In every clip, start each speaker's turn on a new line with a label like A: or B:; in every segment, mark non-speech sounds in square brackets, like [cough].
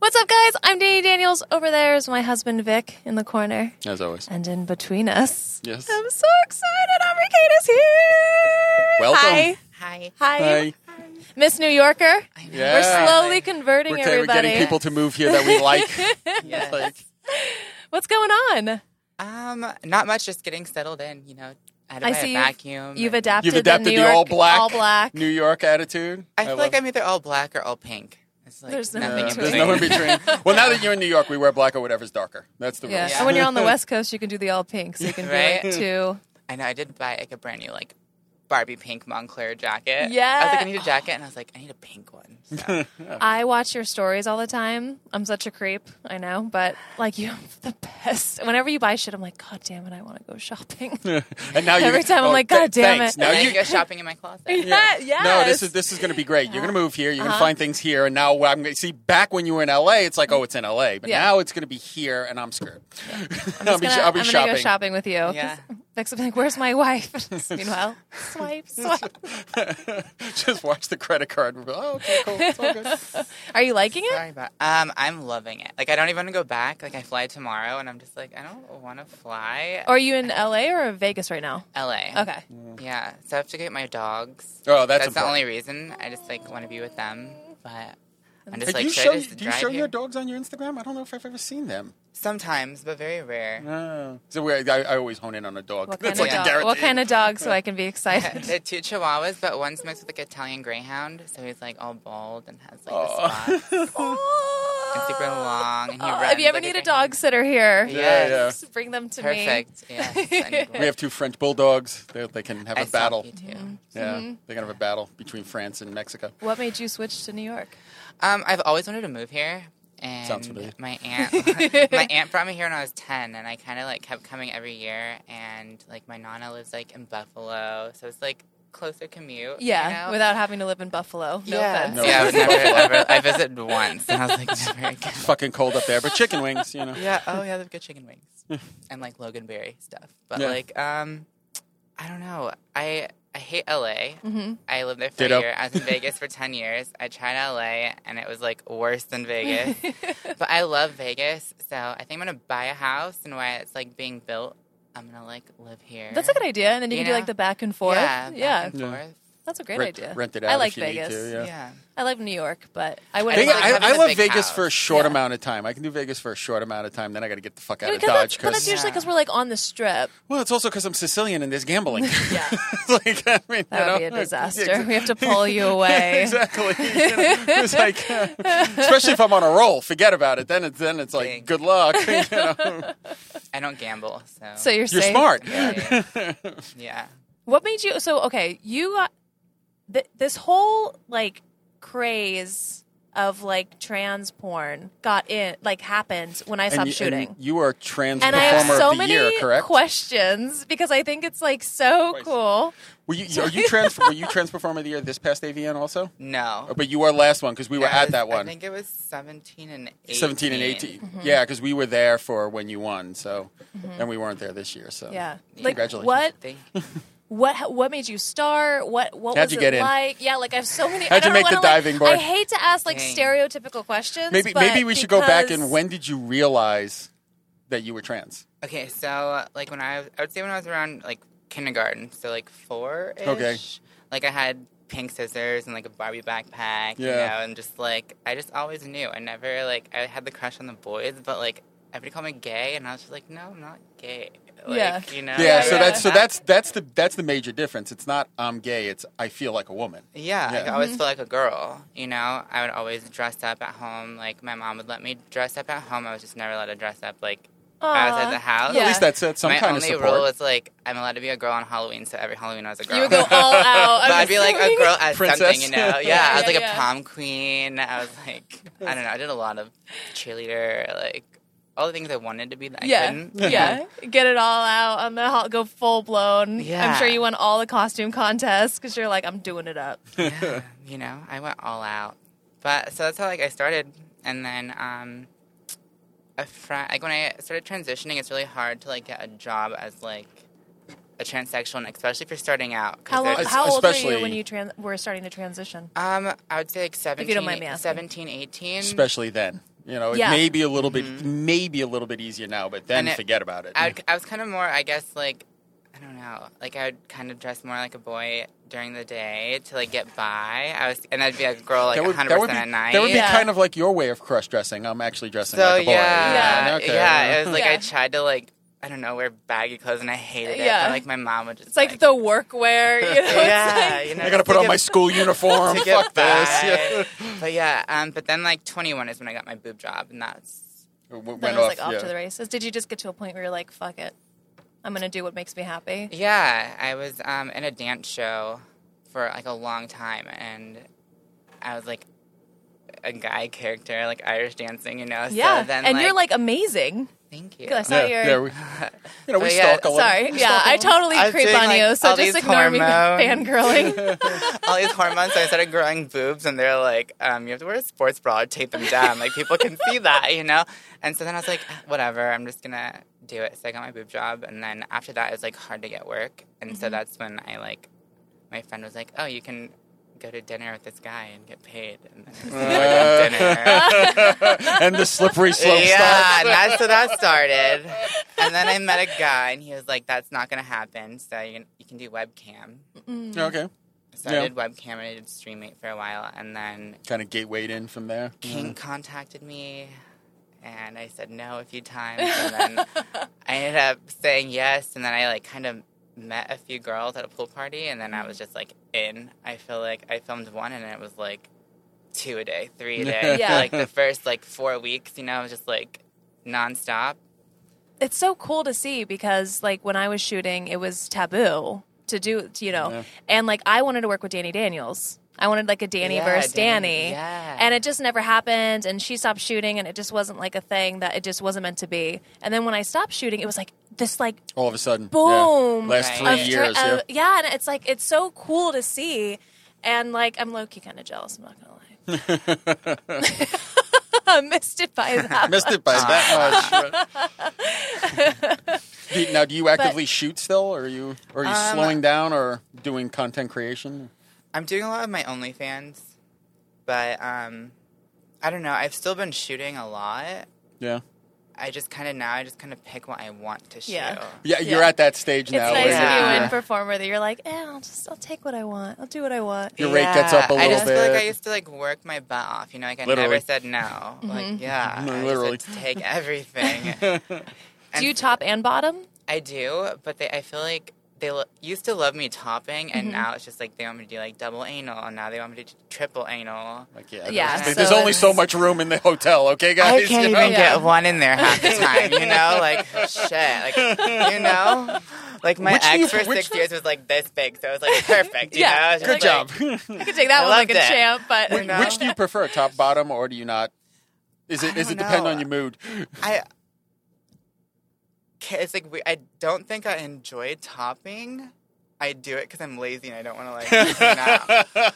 A: What's up, guys? I'm Danny Daniels. Over there is my husband, Vic, in the corner.
B: As always.
A: And in between us,
B: Yes.
A: I'm so excited. Aubrey Kate is here.
B: Welcome.
A: Hi.
C: Hi.
A: Hi.
B: Hi.
A: Miss New Yorker.
B: Yeah.
A: We're slowly converting
B: We're, we're
A: everybody.
B: getting people to move here that we
A: [laughs]
B: like.
C: Yes.
B: like
A: What's going on?
C: Um, not much. Just getting settled in. You know, I had to
A: I
C: buy
A: see
C: a
A: you've-
C: vacuum. and-
A: You've adapted,
B: you've adapted the
A: the New York,
B: all black,
A: all black.
B: New York attitude.
C: I feel like
B: love-
C: I'm either all black or all pink. It's like
A: There's no
C: nothing
B: Oh, Yeah,
C: in
B: there's
C: between.
A: [laughs]
B: no in between.
C: [laughs]
B: Well, now that you're in New York, we wear black or whatever's darker. That's the rule.
A: Yeah.
C: Yeah.
A: And when
B: [laughs]
A: you're on the West Coast, you can do the all pink. So you can
C: Right.
A: do it too.
C: I know. I did buy like a brand new like Barbie pink Montclair jacket. I
A: Yeah.
C: was like, I need a jacket, and I was like, I need a pink one. So,
A: I watch your stories all the time. I'm such a creep. I know, but like you have the best. Whenever you buy shit, I'm like, God damn it, I want to
B: [laughs]
A: go shopping.
B: And now you,
A: Every
B: Oh,
A: time I'm like, God damn
B: thanks.
A: it.
B: Now
C: and then
B: you
C: you go shopping in my
A: [laughs]
C: closet.
A: yeah,
B: No, this
A: [laughs] yes.
B: is this is going to be great. You're going to move here. You're going to find things here. And now what I'm going to see back when you were in LA, it's like, oh, it's in LA. But
A: Yeah.
B: now it's going to be here, and I'm screwed. [laughs] i will
A: Just
B: be,
A: gonna-
B: I'll be
A: I'm
B: shopping.
A: gonna go shopping with you.
C: Yeah.
A: Next, I'm like, "Where's my wife?" [laughs] Just meanwhile,
B: [laughs]
A: swipe, swipe.
B: [laughs] Just watch the credit card. and we're like, Oh, okay, cool. It's all good.
A: Are you liking it?
C: Sorry about. [laughs] Um, I'm loving it. Like, I don't even want to go back. Like, I fly tomorrow, and I'm just like, I don't want to fly.
A: Or are you in LA or Vegas right now?
C: L.A.
A: Oh, Okay.
C: Yeah, so I have to get my dogs.
B: Oh, that's
C: the
B: important.
C: only reason. I just like want to be with them, but I'm
B: Hey,
C: just
B: do
C: like
B: you
C: should
B: show,
C: I just
B: do you
C: drive
B: show
C: here?
B: your dogs on your Instagram? I don't know if I've ever seen them.
C: Sometimes, but very rare.
B: Oh. So we, I, I always hone in on a dog. [laughs]
A: What
B: That's
A: kind,
B: like
A: of
B: a
A: dog?
B: guarantee.
A: what kind of dog so I can
B: [laughs]
C: [laughs]
A: be excited?
C: They're two Chihuahuas, but one's mixed with like Italian Greyhound, so he's like all bald and has like
B: Aw.
C: the [laughs] spots and super
A: [laughs]
C: long. And he runs,
A: Oh, if you ever
C: like a
A: need a
C: greyhound.
A: dog sitter here,
B: [laughs] Yeah, yeah.
A: just bring them to
C: perfect.
A: [laughs]
C: Yes, and
B: We have two French bulldogs. They, they can have
C: I
B: a
C: saw
B: battle.
C: you too.
B: Yeah, they can have a battle between France and Mexico.
A: me. What made you switch to New York?
C: Um, I've always wanted to move here. And
B: Sounds familiar. [laughs]
C: my aunt [laughs] my aunt brought me here when I was ten and I kinda like kept coming every year and like my nana lives like in Buffalo, so it's like closer commute. you
A: Yeah,
C: know?
A: without having to live in Buffalo. No
C: yeah.
A: offense.
B: No.
C: Yeah, I was never, ever,
A: [laughs]
C: I visited once and I was like, [laughs] "This is very good."
B: It's fucking cold up there, but chicken wings, you know.
C: Yeah, oh yeah, they have good chicken wings. and like Loganberry stuff. But
B: Yeah.
C: like, um I don't know. I I hate LA.
A: Mm-hmm.
C: I lived there for
B: Ditto.
C: a year. I was in Vegas for ten years. I tried LA and it was like worse than
A: [laughs]
C: Vegas. but I love Vegas, so I think I'm gonna buy a house and while it's like being built, I'm gonna like live here.
A: That's a good idea. And then you,
C: You
A: can do like
C: know?
A: the back and forth.
C: Yeah, back
A: Yeah,
C: and
B: Yeah.
C: forth.
A: that's a great
B: Rent-
A: idea.
B: rent it
A: I
B: out
A: like
B: if you need
A: Vegas.
B: to, yeah.
C: Yeah.
A: I love New York, but I would
B: Vegas,
C: like
B: I,
C: having
B: I
C: a
B: love
C: big
B: Vegas
C: house.
B: for a short
A: Yeah.
B: amount of time. I can do Vegas for a short amount of time. Then I got to get the fuck out of
A: because
B: Dodge.
A: that's, but that's usually because we're like on
B: [laughs]
A: the strip.
B: well, it's also because I'm Sicilian and there's
A: [laughs]
B: gambling. [laughs]
A: Yeah,
B: like, I mean, you
A: that would
B: know,
A: be a
B: [laughs] like,
A: disaster.
B: yeah,
A: [laughs] We have to pull you
B: [laughs]
A: away.
B: exactly. [laughs] You know, it's like, uh, especially if I'm on a roll, forget about it. Then it's then it's like,
C: Thank
B: good
A: [laughs]
B: luck. you know.
C: I don't gamble, so,
A: So you're
B: You're
A: safe.
B: smart.
C: [laughs] yeah.
B: [laughs]
C: yeah.
A: What made you so okay? You got th- this whole like craze of like trans porn got in like happened when I
B: And,
A: stopped
B: you- and
A: shooting.
B: you are trans
A: And I
B: performer
A: have so
B: of the
A: many
B: year, correct?
A: questions because I think it's like so
B: Christ.
A: cool.
B: Were
A: [laughs]
B: you are you trans were you trans performer of the year this past AVN also?
C: No.
B: But Oh, you were last one because we were
C: I
B: at
C: was-
B: that one.
C: I think Mm-hmm. it was 17 and 18.
B: 17 and 18. Yeah, because we were there for when you won, so
C: Mm-hmm.
B: and we weren't there this year. So
A: Yeah,
B: Congratulations.
A: Like, what
C: Thank
A: what what made you start? What what
B: How'd
A: was
B: you get
A: it
B: in?
A: like? Yeah, like I have so many. I
B: How'd you
A: don't
B: make the
A: wanna, like-
B: diving board?
A: I hate to ask like
C: Dang.
A: stereotypical questions.
B: maybe
A: but
B: maybe we should go back
A: because-
B: and when did you realize that you were trans?
C: Okay, so like when I was, I would say when I was around like kindergarten, so like four.
B: Okay.
C: Like I had pink scissors and like a Barbie backpack, you
B: Yeah.
C: know, and just like I just always knew. I never like I had the crush on the boys, but like everybody called me gay, and I was just like, no, I'm not gay. Like,
A: Yeah.
C: You know.
B: Yeah,
A: yeah,
B: so
A: yeah.
B: that's so that's that's the that's the major difference. It's not I'm gay. It's I feel like a woman.
C: Yeah,
B: Yeah.
C: like, I always
A: Mm-hmm.
C: feel like a girl. You know, I would always dress up at home. Like my mom would let me dress up at home. I was just never allowed to dress up like outside
A: Aw.
C: the house.
A: Yeah.
B: At least that's it. Some
C: My
B: kind of
C: only
B: support.
C: rule is like I'm allowed to be a girl on Halloween, so every Halloween I was a girl.
A: You would go
B: [laughs]
A: all out.
C: [laughs] but
A: I'm
C: I'd be like a
A: assuming.
C: girl as
B: Princess.
C: something, you know? Yeah,
A: Yeah,
C: I was
A: yeah,
C: like
A: yeah.
C: a prom queen. I was like, I don't know. I did a lot of cheerleader, like all the things I wanted to be that I
A: [laughs] Yeah,
C: couldn't.
A: yeah. Get it all out on the ho- go full blown. I'm
C: Yeah.
A: sure you won all the costume contests because you're like, I'm doing
B: [laughs]
A: it up.
C: you know, I went all out. But so that's how like I started, and then um, a friend like when I started transitioning, it's really hard to like get a job as like a transsexual, and especially if you're starting out. 'cause
A: How, long,
C: they're just-
A: how old were you
B: especially-
A: when you tran- were starting to transition?
C: Um, I would say like 17,
A: you don't mind me asking.
C: 17 18.
B: especially then. You know,
A: Yeah.
B: it may be a little bit, maybe a little bit easier now, but then
C: Mm-hmm. And it-
B: forget about it.
C: I, I was kind of more, I guess, like I don't know, like I would kind of dress more like a boy during the day to like get by. I was, and I'd be like a girl like
B: that would,
C: 100
B: that would be,
C: percent at night.
B: that would be
A: Yeah.
B: kind of like your way of crush dressing. I'm actually dressing
C: So
B: like a boy.
C: yeah, yeah,
B: okay.
C: it was like
A: Yeah.
C: I tried to like I don't know wear baggy clothes and I hated it.
A: Yeah.
C: but, like my mom would just
A: It's like, the workwear. You know, it's
C: yeah,
A: like-
C: you know,
B: I gotta
C: to
B: put on
C: get-
B: my school uniform.
C: [laughs] to get
B: Fuck this.
C: by.
B: Yeah. [laughs]
C: But yeah, um, but then like 21 is when I got my boob job and that's
B: Went
A: [laughs] then I was
B: off,
A: like off
B: yeah.
A: to the races. Did you just get to a point where you're like, fuck it, I'm gonna do what makes me happy?
C: yeah I was um in a dance show for like a long time and I was like a guy character like Irish dancing you know
A: yeah,
C: so then
A: and you're like amazing.
C: thank you
A: I saw
B: Yeah,
A: your.
B: yeah,
C: [laughs]
B: we, [laughs] you know, we
C: But yeah,
B: stalk a little.
A: Sorry,
B: we
A: yeah,
B: stalk a
A: I
B: little.
A: totally
C: I was
A: creep
C: doing,
A: on
C: like,
A: you, so
C: all
A: just
C: these
A: ignore me [laughs]
C: hormones. [laughs]
A: fangirling.
C: all these hormones. So I started growing boobs, and they're like, um, you have to wear a sports bra or tape them down. Like people can see that, you know. And so then I was like, whatever, I'm just gonna do it. So I got my boob job, and then after that, it was like hard to get work, and so that's when I like, my friend was like, oh, you can go to dinner with this guy and get paid, and then I just went to dinner.
B: [laughs] and the
C: [laughs]
B: slippery slope
C: yeah,
B: starts.
C: and that's so that started. And then I met a guy, and he was like, "That's not gonna happen. So you can, you can do webcam."
B: Okay,
C: So
B: Yeah.
C: I did webcam and I did streammate for a while, and then
B: kind of gatewayed in from there.
C: King contacted me, and I said no a few times, and then I ended up saying yes, and then I like kind of met a few girls at a pool party, and then I was just like in. I feel like I filmed one, and it was like two a day, three a day.
A: Yeah.
C: For, like the first like four weeks, you know, I was just like nonstop.
A: it's so cool to see because like when I was shooting, it was taboo to do, you know,
B: Yeah.
A: and like I wanted to work with Danny Daniels. I wanted like a Danny
C: Yeah,
A: versus Danny,
C: Danny, yeah.
A: and it just never happened. And she stopped shooting, and it just wasn't like a thing that it just wasn't meant to be. And then when I stopped shooting, it was like this like
B: Mm-hmm. All of a sudden, yeah.
A: Boom.
B: Last
C: Right.
B: three
A: of
C: Of
B: years.
A: tra-
B: yeah.
A: of- yeah, and it's like it's so cool to see, and like I'm low key kind of jealous. I'm not gonna lie. [laughs] I missed it by
B: [laughs]
A: that.
B: Missed it by
C: [laughs]
B: that much. Do- now, do you actively shoot still, or are you or are you
C: Um,
B: slowing down, or doing content creation?
C: I'm doing a lot of my OnlyFans, but um, I don't know. I've still been shooting a lot.
B: Yeah,
C: I just kind of now I just kind of pick what I want to shoot.
A: Yeah.
B: yeah. You're
A: Yeah.
B: at that stage
A: It's
B: now. where
A: nice to
C: Yeah.
A: be
B: you're-
A: a performer that you're like, eh, I'll just I'll take what I want. I'll do what I want.
B: Your rate gets up a
C: I just
B: little
C: feel like I
B: bit.
C: used to like work my butt off. You know, like I
B: Literally.
C: never said no. Like yeah,
B: No,
C: I
B: literally.
C: just had to take
B: [laughs]
C: everything.
A: Do you top and bottom?
C: I do, but they I feel like they lo- used to love me topping, and now it's just like they want me to do like double anal, and now they want me to do triple anal.
B: Like, yeah,
A: Yeah,
B: there's,
C: so
B: there's only
A: it's-
B: so much room in the hotel, okay,
C: I
B: guys? [laughs]
C: can't
B: You
C: even
B: know?
A: Yeah.
C: get one in there half [laughs] the time, you know? Like, shit. Like, you know? Like, my
B: Which do
C: ex
B: you-
C: for
B: which
C: six
B: do-
C: years was like this big, so it was like [laughs] perfect, you
A: Yeah,
C: know? It's
A: good
C: just, like,
B: [laughs] job.
A: I could take that
C: I
A: one like
C: loved
A: a
C: it.
A: champ, but
C: Wait, no.
B: Which do you prefer, top, bottom, or do you not? Is it
C: I
B: is it
C: don't
B: depend
C: know.
B: on your mood?
C: I. Ca- It's like we, I don't think I enjoy topping. I do it because I'm lazy and I don't want to like.
B: [laughs]
C: clean up.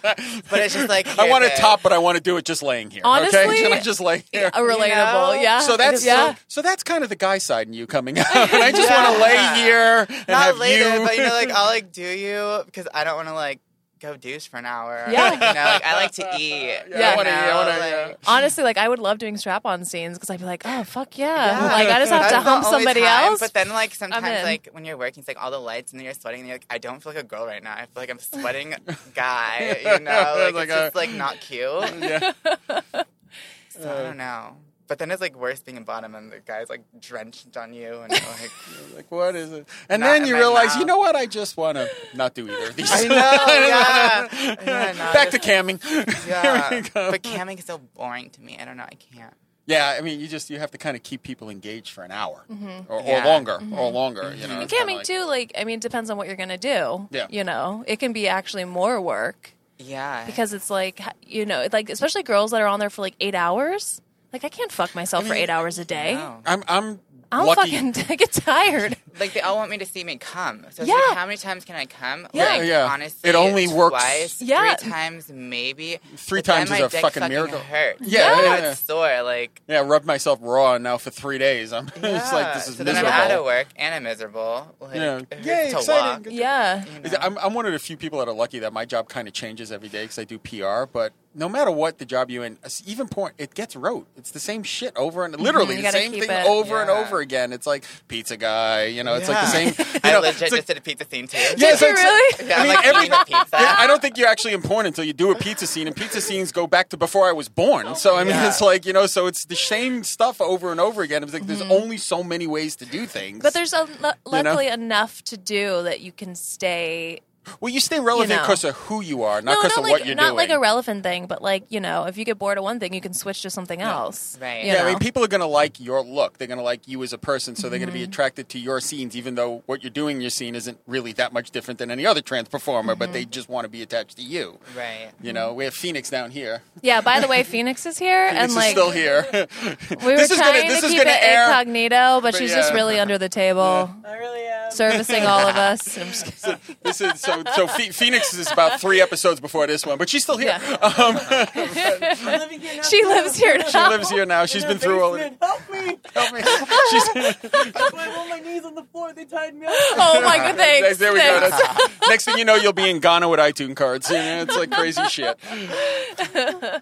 C: But [laughs] it's just like
B: I
C: here,
B: want to
C: babe.
B: top, but I want to do it just laying here.
A: Honestly,
B: okay, can I just lay here?
A: a relatable,
C: know?
A: yeah.
B: So that's
A: yeah.
B: so, so that's kind of the guy side in you
C: [laughs]
B: coming out. [laughs] and I just want to lay here and
C: Not
B: have
C: later,
B: you.
C: but you know, like I'll like do you because I don't want to like go douche for an hour.
A: Yeah.
C: Like, you know, like I like to eat.
B: [laughs] [laughs]
C: [laughs]
B: Yeah, I
C: you
B: wanna eat, I
C: know,
B: wanna-
C: like-
B: yeah.
A: Honestly, like I would love doing strap-on scenes because I'd be like, oh fuck yeah,
C: Yeah.
A: like I just have to
C: That's the
A: hump
C: only
A: somebody
C: time,
A: else.
C: But then, like sometimes,
A: in.
C: like when you're working, it's like all the lights, and then you're sweating, and you're like, I don't feel like a girl right now. I feel like
B: [laughs]
C: I'm sweating guy. You know, like,
B: Like
C: it's
B: a-
C: just like not cute.
B: [laughs] Yeah.
C: So I
B: Uh,
C: don't know. But then it's like worse being a bottom, and the guy's like drenched on you, and
B: [laughs]
C: you're like,
B: Like what is it? And
C: Not
B: then
C: in
B: you
C: my
B: realize,
C: mouth.
B: you know what? I just want to not do
C: [laughs]
B: either of these.
C: I know, yeah. yeah
B: [laughs]
C: no,
B: Back to
C: just-
B: camming. [laughs]
C: [laughs] yeah.
B: Here we go.
C: But camming is so boring to me. I don't know. I can't.
B: Yeah, I mean, you just you have to kind of keep people engaged for an hour or, or
C: Mm-hmm. Yeah. Mm-hmm.
B: longer or longer. You know,
A: It
B: it's
A: can
B: kinda
A: be
B: like-
A: too. Like, I mean, it depends on what you're gonna do.
B: Yeah.
A: You know, it can be actually more work
C: Yeah.
A: because it's like h- you know, like especially girls that are on there for like eight hours. Like, I can't fuck myself for
B: mean,
A: eight hours a day.
C: No.
B: I'm I'm
A: I'm
B: lucky.
A: fucking. [laughs] I get tired.
C: Like they all want me to see me come. So it's
A: Yeah.
C: like how many times can I come?
A: Yeah.
C: Like,
B: Yeah.
C: honestly,
B: It only works-
C: twice,
A: Yeah.
C: three times maybe.
B: Three
C: But then
B: times is
C: my
B: a
C: dick
B: fucking miracle.
C: Hurt.
B: Yeah,
C: Like,
B: yeah, yeah.
C: it's sore.
B: [laughs]
C: Like
B: Yeah, I rubbed myself raw, and now for three days I'm [laughs] just like this is
C: so
B: miserable.
C: then I'm out of work and I'm miserable. Like,
B: Yeah.
C: it hurts
B: Yay,
C: to
B: exciting.
C: walk.
B: Good
A: Yeah.
C: you
B: Is-
C: know?
B: I'm, I'm one of the few people that are lucky that my job kind of changes every day because I do PR. But no matter what the job you in, s- even porn, it gets rote. It's the same shit over
C: Mm-hmm.
B: and literally the
A: You gotta
B: same
A: keep
B: thing
A: it.
B: over and
C: Yeah.
B: over again. It's like pizza guy, you know. It's
C: [laughs]
B: like the same. You
C: I
B: know,
C: legit
B: it's like-
C: just did a pizza scene too.
B: [laughs] Yeah, it's
A: you
B: like-
C: [laughs]
A: really?
C: Yeah,
B: I
C: I'm
B: mean,
C: like
B: every-
C: eating a pizza.
B: Yeah, I don't think you're actually in porn until you do a pizza scene, and pizza scenes go back to before I was born. so I mean,
C: Yeah.
B: it's like you know, so it's the same stuff over and over again. It's like there's only so many ways to do things.
A: Mm-hmm. But there's a, lu- luckily enough to do that you can stay.
B: well, you stay relevant
A: know.
B: because of who you are, not
A: no,
B: because
A: not
B: of
A: like
B: what you're
A: not
B: doing.
A: like a relevant thing, but like you know, if you get bored of one thing, you can switch to something else.
C: Right.
A: you
B: yeah, I mean,
A: know?
B: people are going to like your look. They're going to like you as a person, so they're going to
A: Mm-hmm.
B: be attracted to your scenes, even though what you're doing in your scene isn't really that much different than any other trans performer.
A: Mm-hmm.
B: But they just want to be attached to you.
C: Right.
B: You know, we have Phoenix down here.
A: Yeah. By the way, Phoenix is here,
B: Phoenix
A: and like
B: is still
A: [laughs]
B: here.
A: we were
B: This is gonna-
A: trying
B: this
A: to
B: is
A: keep it
B: gonna air-
A: incognito, but,
B: but
A: she's just
B: yeah.
A: really under the table,
D: I really am. [laughs]
A: servicing all of us. I'm just kidding.
B: this is so. So Phe- Phoenix is about three episodes before this one, but she's still here.
A: Yeah.
B: Um, [laughs]
D: I'm living here now.
A: she lives here now.
B: [laughs] she lives here now. She's
D: In
B: been
D: a
B: through all of
D: [laughs]
B: it.
D: basement.
B: [laughs]
D: Help
B: Help
D: me!
B: me. She's,
D: That's why I'm on my knees on the floor. They tied me up.
A: Oh my god!
B: [laughs]
A: Thanks.
B: there we go.
A: thanks.
B: That's, next thing you know, you'll be in Ghana with iTunes cards. You know, it's like crazy shit.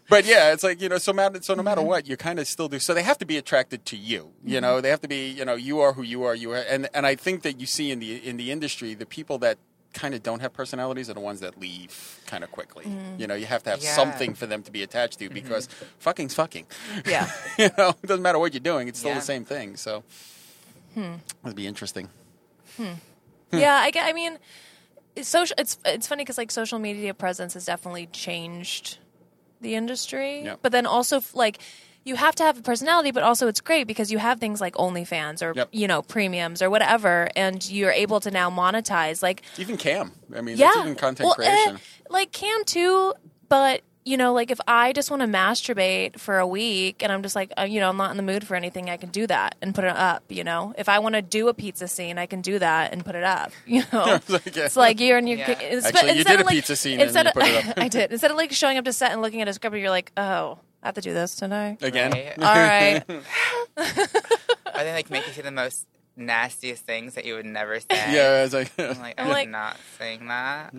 B: But yeah, it's like you know, so matter, so no matter what, you kind of still do. So they have to be attracted to you. You know, they have to be. You know, you are who you are. You are, and and I think that you see in the in the industry the people that kind of don't have personalities are the ones that leave kind of quickly. You know, you have to have
C: Mm. Yeah. Mm-hmm.
B: something for them to be attached to because fucking's fucking.
A: Yeah.
B: [laughs] you know, it doesn't matter what you're doing; it's still
C: Yeah. Hmm.
B: the same thing. So it'll be interesting.
A: [laughs] yeah I, get- I mean it's social it's it's funny because like social media presence has definitely changed the industry
B: Yep.
A: but then also f- like you have to have a personality but also it's great because you have things like OnlyFans or
B: Yep.
A: you know premiums or whatever and you're able to now monetize like
B: Even Cam, I mean,
A: yeah
B: that's even content
A: Well, eh,
B: creation. [laughs]
A: like cam too but you know like if i just want to masturbate for a week and i'm just like uh, you know i'm not in the mood for anything i can do that and put it up you know if i want to do a pizza scene i can do that and put it up [laughs] you
B: [laughs]
A: know
B: like, yeah.
A: it's like you're and you're
C: Yeah.
B: Actually, you did a pizza scene and
A: instead
B: you
A: of,
B: put it up.
A: [laughs] i did instead of like showing up to set and looking at a script you're like oh i have to do this
B: [laughs]
A: tonight
B: Again,
C: Right.
A: all right
C: Or they like make you say the most nastiest things that you would never say.
B: yeah, Mm. it's like.
C: I'm like,
A: I'm
C: I'm,
A: like-
C: not saying that.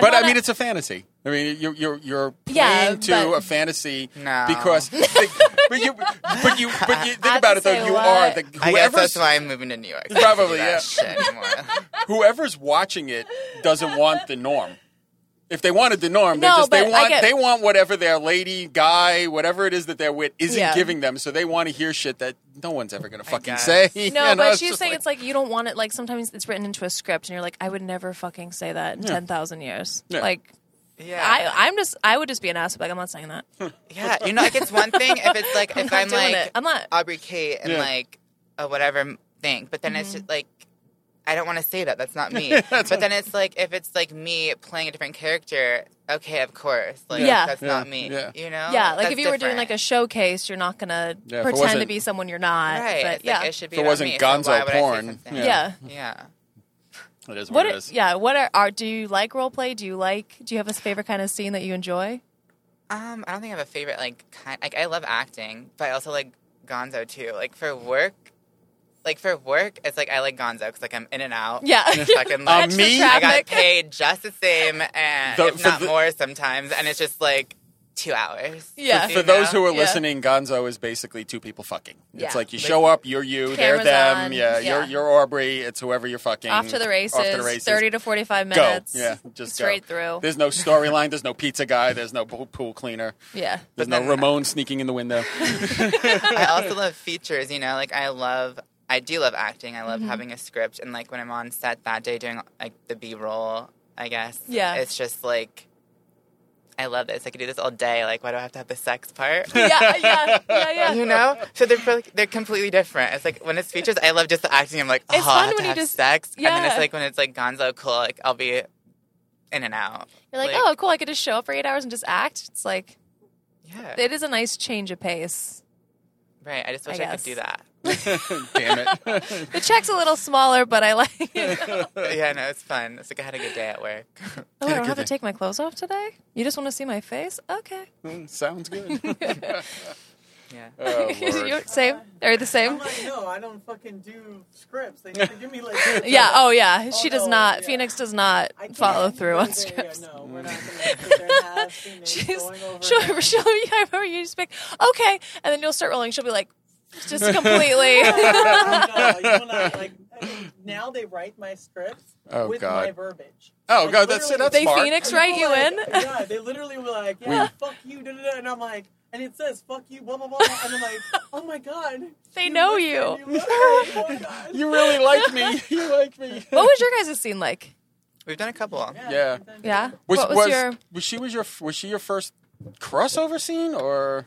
B: [laughs] but I
A: wanna-
B: mean, it's a fantasy. I mean, you're you're, you're playing
A: Yeah,
B: to
A: but-
B: a fantasy
C: No. [laughs]
B: because, but you, but you, but you think
A: have
B: about
A: to
B: it though.
A: say
B: You
A: what?
B: are the
C: I guess
B: whoever's
C: that's why I'm moving to New York.
B: Probably, yeah.
C: I can't do that Shit [laughs] anymore.
B: whoever's watching it doesn't want the norm. If they wanted the norm, they
A: No,
B: just they
A: but I
B: want
A: get-
B: they want whatever their lady, guy, whatever it is that they're with isn't
A: Yeah.
B: giving them. So they want to hear shit that no one's ever going to fucking
C: guess.
B: say. [laughs] you
A: no,
B: know,
A: but
B: it's
A: she's
B: just
A: saying it's like you don't want it. Like sometimes it's written into a script, and you're like, I would never fucking say that in ten thousand years.
B: Yeah.
A: Like I,
C: Yeah.
A: I'm just, I would just be an ass. but, Like I'm not saying that.
C: yeah. You know, like it's one thing if it's like, if [laughs]
A: not
C: I'm
A: doing
C: like,
A: it. I'm not-
C: Aubrey Kate and
B: Yeah.
C: like a whatever thing, but then
A: Mm-hmm.
C: it's just like, I don't want to say that. That's
B: [laughs]
C: not me. but then it's like, if it's like me playing a different character, okay, of course. Like,
A: Yeah.
C: that's
B: Yeah.
C: not me.
B: Yeah.
C: You know?
A: yeah, like
C: oh, That's
A: if you were doing
C: different.
A: like a showcase, you're not gonna
B: Yeah, if it
A: pretend to
B: wasn't-
A: be someone you're not.
C: Right.
A: But
C: it's
A: yeah,
C: Like, it should be
B: If it
C: on
B: wasn't
C: me,
B: gonzo
C: so why would I say
B: porn,
C: something?
B: yeah.
A: yeah.
C: Yeah.
B: like it is what,
A: What?
B: it
A: Are,
B: is.
A: yeah. What are, are? Do you like role play? Do you like? Do you have a favorite kind of scene that you enjoy?
C: Um, I don't think I have a favorite like kind. Like I love acting, but I also like Gonzo too. Like for work, like for work, it's like I like Gonzo because like I'm in and out.
A: Yeah.
C: It's Fucking
B: Uh,
C: like,
B: Extra me?
C: I
A: traffic.
C: got paid just the same, and
B: The-
C: if
B: for
C: not
B: the-
C: more sometimes, and it's just like two hours.
A: Yeah.
C: You
B: For those
C: know?
B: who are
A: Yeah.
B: listening, Gonzo is basically two people fucking.
A: Yeah.
B: It's like you show up, you're you, they're
A: Cameras
B: them,
A: on,
B: yeah,
A: yeah.
B: you're you're Aubrey, it's whoever you're fucking.
A: [laughs] Off to the races.
B: Off to the races.
A: Thirty to forty-five
B: go,
A: minutes.
B: yeah, just go.
A: straight through.
B: There's no storyline. There's no pizza guy. There's no pool pool cleaner.
A: Yeah.
B: There's
C: But
B: no
C: then-
B: Ramon sneaking in the
A: [laughs]
B: window.
C: I also love features, you know, like I love I do love acting. I
A: Mm-hmm.
C: love having a script and like when I'm on set that day doing like the B roll, I guess.
A: Yeah.
C: It's just like I love this. I could do this all day. Like, why do I have to have the sex part?
A: yeah, yeah, yeah,
C: [laughs]
A: yeah.
C: you know? So they're pro- they're completely different. It's like when it's features, I love just the acting. I'm like, oh,
A: It's fun
C: I have
A: when
C: to
A: you
C: have
A: just-
C: sex, and then
A: yeah.
C: it's like when it's like Gonzo cool. Like I'll be in and out.
A: You're like, oh, cool. I could just show up for eight hours and just act. It's like
C: yeah,
A: it is a nice change of pace.
C: right. I just wish
A: I
C: I, could
A: guess.
C: do that.
B: Damn it. [laughs]
A: The check's a little smaller, but I like. [laughs] it.
C: But yeah, no, it's fun. It's like I had a good day at work. [laughs]
A: Oh, I
B: Had a
A: don't
B: good
A: have to
B: day.
A: take my clothes off today. You just want to see my face? Okay.
B: Sounds
A: [laughs]
B: good.
C: yeah,
B: Oh,
A: You-
B: Lord.
A: same? Are you the
D: I'm
A: same?
D: like, no, I don't fucking do scripts. They never give me like.
A: [laughs] Yeah. Oh, yeah.
D: Oh,
A: She does
D: no,
A: not.
D: yeah.
A: Phoenix does not
D: I can't
A: follow
D: do
A: through on
D: anything.
A: scripts.
D: Yeah, no, we're
A: [laughs]
D: not gonna sit there
A: She's
D: She's going
A: [laughs]
D: over.
A: she'll,
D: it.
A: she'll yeah, I remember you just be like, okay, and then you'll start rolling. She'll be like, just
D: [laughs]
A: completely. [laughs]
D: no, you will not. Like now, they write my scripts
B: Oh,
D: with
B: God.
D: my verbiage.
B: Oh,
D: Like,
B: God, that's-
D: literally,
B: that's
A: they
B: Smart. [laughs]
A: Phoenix write you
D: like,
A: in.
D: Yeah, they literally were like, yeah, fuck you, da, da, da, and I'm like, and it says fuck you, blah blah blah, and I'm like, oh my god,
A: They know
D: listened,
A: you.
D: you listened, oh, God.
B: you really like
A: [laughs]
B: me. You like me.
A: What was your guys' scene like?
C: we've done a couple.
A: [laughs]
B: Yeah.
A: Yeah.
B: Was,
A: what was, your?
B: was she was your was she your first crossover scene or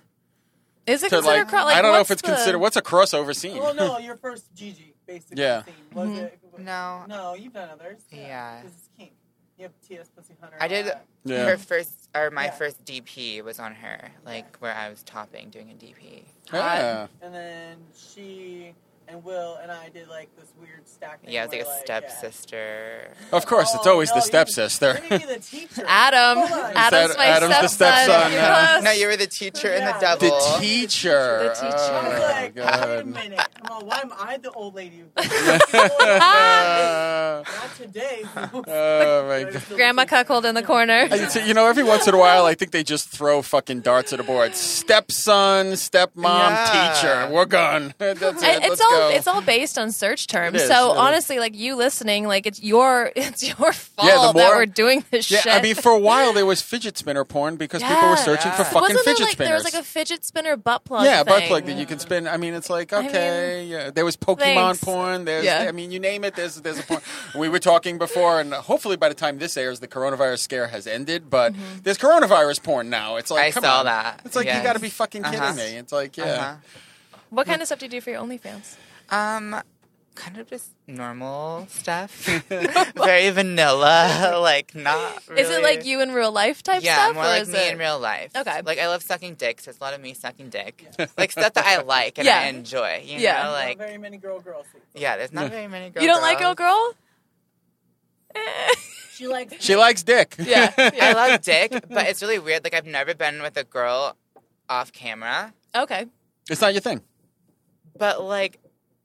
A: Is it
B: to,
A: considered?
B: like,
A: cro- like
B: I don't know
A: what's
B: if it's
A: the-
B: considered what's a crossover scene?
D: Well, Oh, no, your first Gigi basically
B: Yeah.
D: scene was
A: Mm-hmm.
D: it?
C: No.
D: no, you've done others.
C: Yeah.
D: this is King. You have T.S. Pussy Hunter.
C: I did.
D: all that.
B: [laughs] Yeah.
C: Her first or my
D: Yeah.
C: first DP was on her, like where I was topping doing a DP.
B: Ah.
D: and then she and Will and I did like this weird stacking.
C: Yeah, I was like
D: where,
C: a stepsister.
B: Of course, it's
D: Oh,
B: always
D: no,
B: the
D: you-
B: stepsister. [laughs]
D: you're gonna be
C: [laughs]
D: the teacher.
A: Adam.
D: Hold on.
A: Adam's
B: Is that-
A: my
B: Adam's the stepson,
A: stepson. You're
B: yeah.
A: close.
C: No, you were the teacher and the
D: Yeah.
C: devil.
B: the teacher.
A: The teacher.
D: I was
B: Oh,
D: like, wait a
B: God. [laughs]
D: minute. Come on, why am I the old lady?
B: Uh,
D: [laughs] Not today.
B: oh
D: [laughs]
B: my god.
A: Grandma cuckold in the corner.
B: I- so, you know, every once in a while, I think they just throw fucking darts at a board. Stepson, stepmom,
C: Yeah.
B: teacher. We're gone. [laughs] That's it.
A: And it's
B: Let's
A: all
B: go.
A: it's all based on search terms.
B: It is,
A: so
B: it is.
A: honestly, like you listening, like it's your [laughs] it's your fault that
B: more-
A: we're doing this
B: yeah,
A: shit.
B: I mean, for a while there was fidget spinner porn because people were
A: Yeah.
B: searching for
C: Yeah.
B: fucking
A: Wasn't there
B: fidget
A: like
B: spinners.
A: there was like a fidget spinner butt plug?
B: yeah,
A: thing.
B: butt plug that you can spin. I mean, it's like
A: mean,
B: okay. yeah. There was Pokemon
A: thanks.
B: porn. There's,
A: Yeah.
B: I mean, you name it. There's, there's a porn. we were talking before, and hopefully by the time this airs, the coronavirus scare has ended. But
A: Mm-hmm.
B: there's coronavirus porn now. It's like
C: I
B: come
C: saw
B: on.
C: that.
B: It's like you
C: Yes.
B: got to be fucking kidding
C: Uh-huh.
B: me. It's like yeah.
C: Uh-huh.
A: What kind of stuff do you do for your OnlyFans?
C: Um, kind of just normal
A: [laughs]
C: stuff. [laughs] Very vanilla, [laughs] like not. Really...
A: Is it like you in real life type
C: Yeah,
A: stuff?
C: more
A: or
C: like
A: is
C: me
A: it...
C: in real life.
A: Okay.
C: Like I love sucking dick, so it's a lot of me sucking
A: [laughs]
C: dick, like stuff that I like and I
A: Yeah.
C: enjoy. You
A: Yeah.
C: know,
D: Not
C: like
D: very many girl girls.
C: yeah, there's not very many girls.
A: You don't like girl girl?
D: She likes.
B: She likes dick.
A: yeah.
C: I
A: yeah.
C: love
A: [laughs]
C: dick, but it's really weird. Like I've never been with a girl off camera,
A: Okay.
B: [laughs] it's not your thing.
C: but like.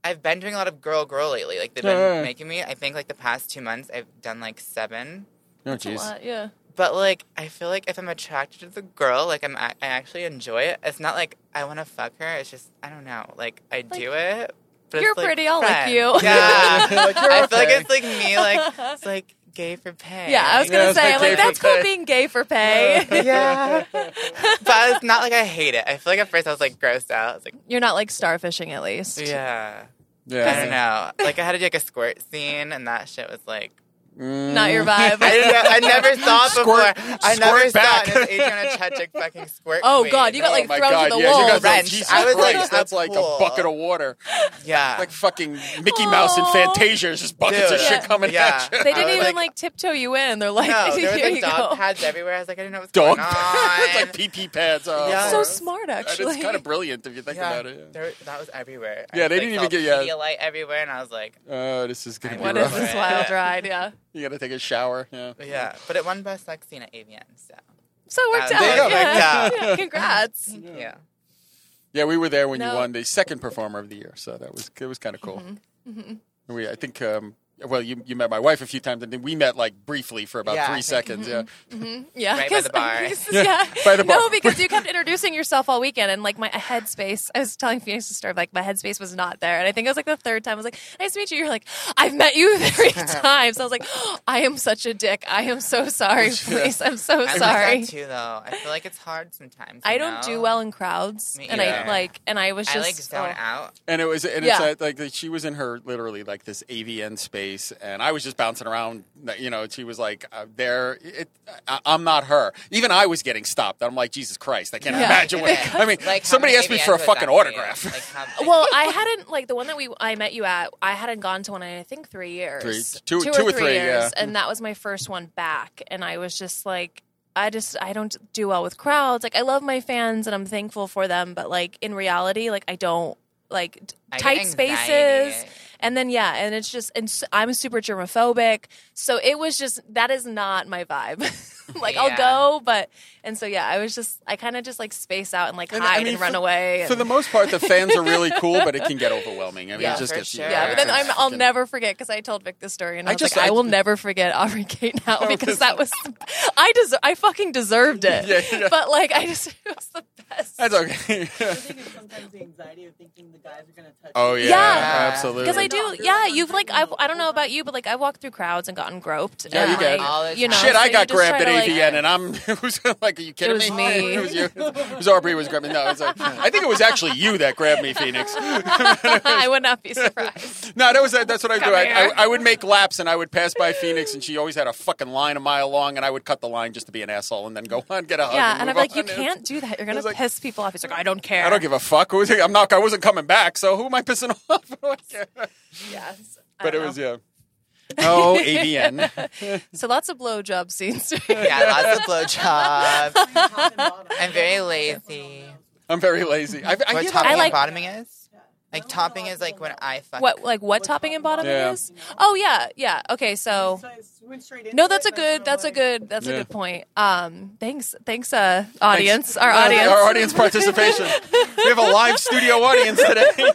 C: I've been doing a lot of girl girl lately. Like they've been
B: Yeah, yeah.
C: making me. I think like the past two months I've done like seven.
B: Oh
A: It's a
B: jeez.
A: lot, yeah.
C: But like, I feel like if I'm attracted to the girl, like I'm, a- I actually enjoy it. It's not like I want to fuck her. It's just I don't know. Like I do it. But it's,
A: You're
C: like,
A: pretty, I'll like
C: fun.
A: you. [laughs]
C: Yeah.
B: [laughs] Like, you're
C: [laughs] I feel like
B: okay.
C: it's like me. Like it's like gay for pay.
A: Yeah, I was
B: Yeah,
A: gonna
B: it's
A: say,
B: like
A: I'm
B: gay
A: like,
B: for [laughs]
A: that's called
B: pay.
A: being gay for pay.
C: Yeah. but it's not like I hate it. I feel like at first I was like grossed out. I
A: [laughs]
C: was like,
A: [laughs] You're not like starfishing at least.
C: yeah. I
B: Yeah.
C: don't know. Like I had to do like a squirt scene, and that shit was like.
B: Mm.
A: Not your
C: [laughs] I,
A: vibe.
C: didn't know, I never saw it
B: Squirt-
C: before. I never
B: squirt back.
C: saw it. It's Adriana Chechik
A: [laughs]
C: fucking squirt.
A: Oh,
C: queen.
A: God, you got,
B: Oh,
A: like,
B: my
A: thrown to
B: God,
A: the
B: yeah, you
A: wolves.
B: guys are like,
C: Wrench.
B: Jesus
C: I was, like,
B: Christ,
C: a
B: that's like a
C: pool.
B: bucket of water.
C: yeah.
B: [laughs] Like fucking Mickey Mouse and
A: Aw.
B: Fantasia, it's just buckets
C: Dude.
B: of shit coming
C: Yeah.
B: at you.
A: They
C: I
A: didn't
C: was
A: even like,
C: like-
A: tiptoe you in. They're like,
B: [laughs]
C: no, there
A: [laughs] here
C: were like
A: you
C: dog
A: go.
C: pads everywhere. I was like, I didn't know what's
B: dog
C: going on.
B: pads. [laughs] it's like pee pee pads. Oh,
C: Yeah.
A: so
C: pads.
A: smart,
B: And
A: actually.
B: It's kind of brilliant if you think
C: yeah,
B: about it.
C: there- that was everywhere. I
B: Yeah, they
C: like,
B: didn't
C: saw
B: even get- yeah.
C: Pedialyte everywhere, and I was like,
B: Oh, this is gonna
C: I
B: be
A: [laughs] what
C: You're
A: is
B: rough.
C: right.
A: this wild ride? Yeah.
B: You gotta take a shower. Yeah.
C: yeah. But it won best sex scene at AVN, so
A: So it worked
C: Uh,
A: out.
C: there
B: you go.
A: Yeah.
C: Worked
A: [laughs] Yeah, Congrats.
C: yeah.
B: [laughs] Yeah, we were there when you
A: No.
B: won the second performer of the year, so that was it was kind of cool.
A: Mm-hmm.
B: We, I think, um, well, you you met my wife a few times, and then we met like briefly for about
C: Yeah, I
B: three
C: think-
B: seconds. Yeah.
A: Yeah.
C: Right by
A: 'cause-
C: the
A: [laughs]
C: bar.
A: yeah.
B: by the bar.
A: No,
B: [laughs]
A: because you kept introducing yourself all weekend and like my headspace. I was telling Phoenix to start, like my headspace was not there. And I think it was like the third time. I was like, nice to meet you. You're like, I've met
C: [laughs]
A: you [laughs] three times. I was like, I am such a dick. I am
C: [laughs]
A: so sorry, please. I'm so
C: I'm
A: sorry.
C: Like that too, though. I feel like it's hard sometimes.
A: I
C: you
A: don't
C: know?
A: do well in crowds,
C: Me
A: and I
C: either.
A: like, and I was
C: I
A: just
C: like zone
A: oh.
C: out.
B: [laughs] And it was, and
A: Yeah.
B: it's uh, like she was in her literally like this AVN space, space, and I was just bouncing around. You know, she was like, uh, "There, it, I, I'm not her." Even I was getting stopped. I'm like, "Jesus Christ, I can't
A: Yeah.
B: imagine."
A: [laughs]
B: What,
C: Because-
B: I mean,
C: Like, how
B: somebody
C: many
B: asked me
C: ABNs
B: for a
C: was that
B: fucking
C: for you?
B: autograph. [laughs]
C: Like, how-
A: well, I hadn't like the one that we I met you at. I hadn't gone to one in I think three years,
B: Three- two-
A: two
B: two
A: or three,
B: yeah.
A: years, and that was my first one back. And I was just like, I just I don't do well with crowds. Like I love my fans and I'm thankful for them, but like in reality, like I don't like d-
C: I get
A: tight
C: anxiety.
A: spaces. And then yeah, and it's just and s- I'm super germophobic, so it was just that is not my vibe. [laughs] like
C: Yeah.
A: I'll go, but and so yeah, I was just I kind of just like space out and like
B: And, I
A: hide
B: mean,
A: and run
B: for-
A: away.
B: For
A: and-
B: the most part, the fans are really cool, but it can
A: [laughs]
B: get overwhelming. I mean,
A: Yeah,
B: it just
C: for
B: gets
C: sure.
A: Yeah, but then
B: it's
A: I'm, I'll
B: freaking-
A: never forget because I told Vic this story, and I,
B: I
A: was
B: just-
A: like,
B: I-
A: I, will never forget Aubrey
B: [laughs]
A: Kate now because that was, [laughs] I deserve, I fucking deserved it.
B: [laughs] Yeah, yeah.
A: But like, I just [laughs] it was the best.
B: That's okay. [laughs]
A: [laughs]
D: The thing is sometimes the anxiety of thinking the guys are gonna touch.
B: oh
D: you.
B: yeah,
A: Yeah.
B: absolutely.
A: because I
D: You're
A: do,
D: not- you're
A: yeah.
D: not
A: You've like,
D: taking
A: I've,
D: the
A: I don't know
D: whole
A: about you, but like, I walked through crowds and gotten groped.
B: Yeah,
A: and,
B: you get
A: like,
B: it.
C: All the
A: You know,
C: time.
B: Shit,
A: so
B: I
A: you
B: got
A: just try
B: grabbed at
A: to, like-
B: AVN,
A: [laughs]
B: and I'm [laughs] who's like, are you kidding
A: was
B: me? [laughs]
A: [laughs] me.
B: It was
D: [laughs]
B: you. It was Aubrey who was grabbing. No, it was like, I think it was actually you that grabbed me, Phoenix. [laughs]
A: I would not be surprised.
B: No, that was uh, that's what I do.
A: Come
B: I,
A: here.
B: I, I would make laps, and I would pass by Phoenix, and she always had a fucking line a mile long, and I would cut the line just to be an asshole, and then go on, get a hug.
A: yeah, and
B: move
A: I'm like, you
B: on."
A: can't do that. You're gonna
B: was like-
A: piss people off. He's like, I don't care.
B: I don't give a fuck. Who was it? I'm not. I wasn't coming back. So who am I pissing [laughs] off?
A: Yes, I
B: but it
A: don't
B: was
A: know.
B: yeah.
A: [laughs]
B: Oh, AVN.
A: so lots of
B: [laughs]
A: blowjob scenes. [laughs]
C: yeah, lots of blowjobs.
D: Top and bottom.
C: I'm very lazy.
B: I'm very lazy. I, I,
C: What
B: get
C: topping
A: I
B: out-
A: like-
C: and bottoming is? Like
D: No,
C: topping
D: no,
C: is like when
D: no.
C: I fuck.
A: what like what topping and bottom
B: Yeah.
A: it is? Oh yeah, yeah. Okay, so
D: So I went straight into
A: No, that's a
D: it, and I
A: good. That's a
D: like-
A: good. That's
B: Yeah.
A: a good point. Um, thanks, thanks, uh, audience, our
B: Uh,
A: audience.
B: Our audience participation. we have a live studio audience
A: [laughs]
B: today.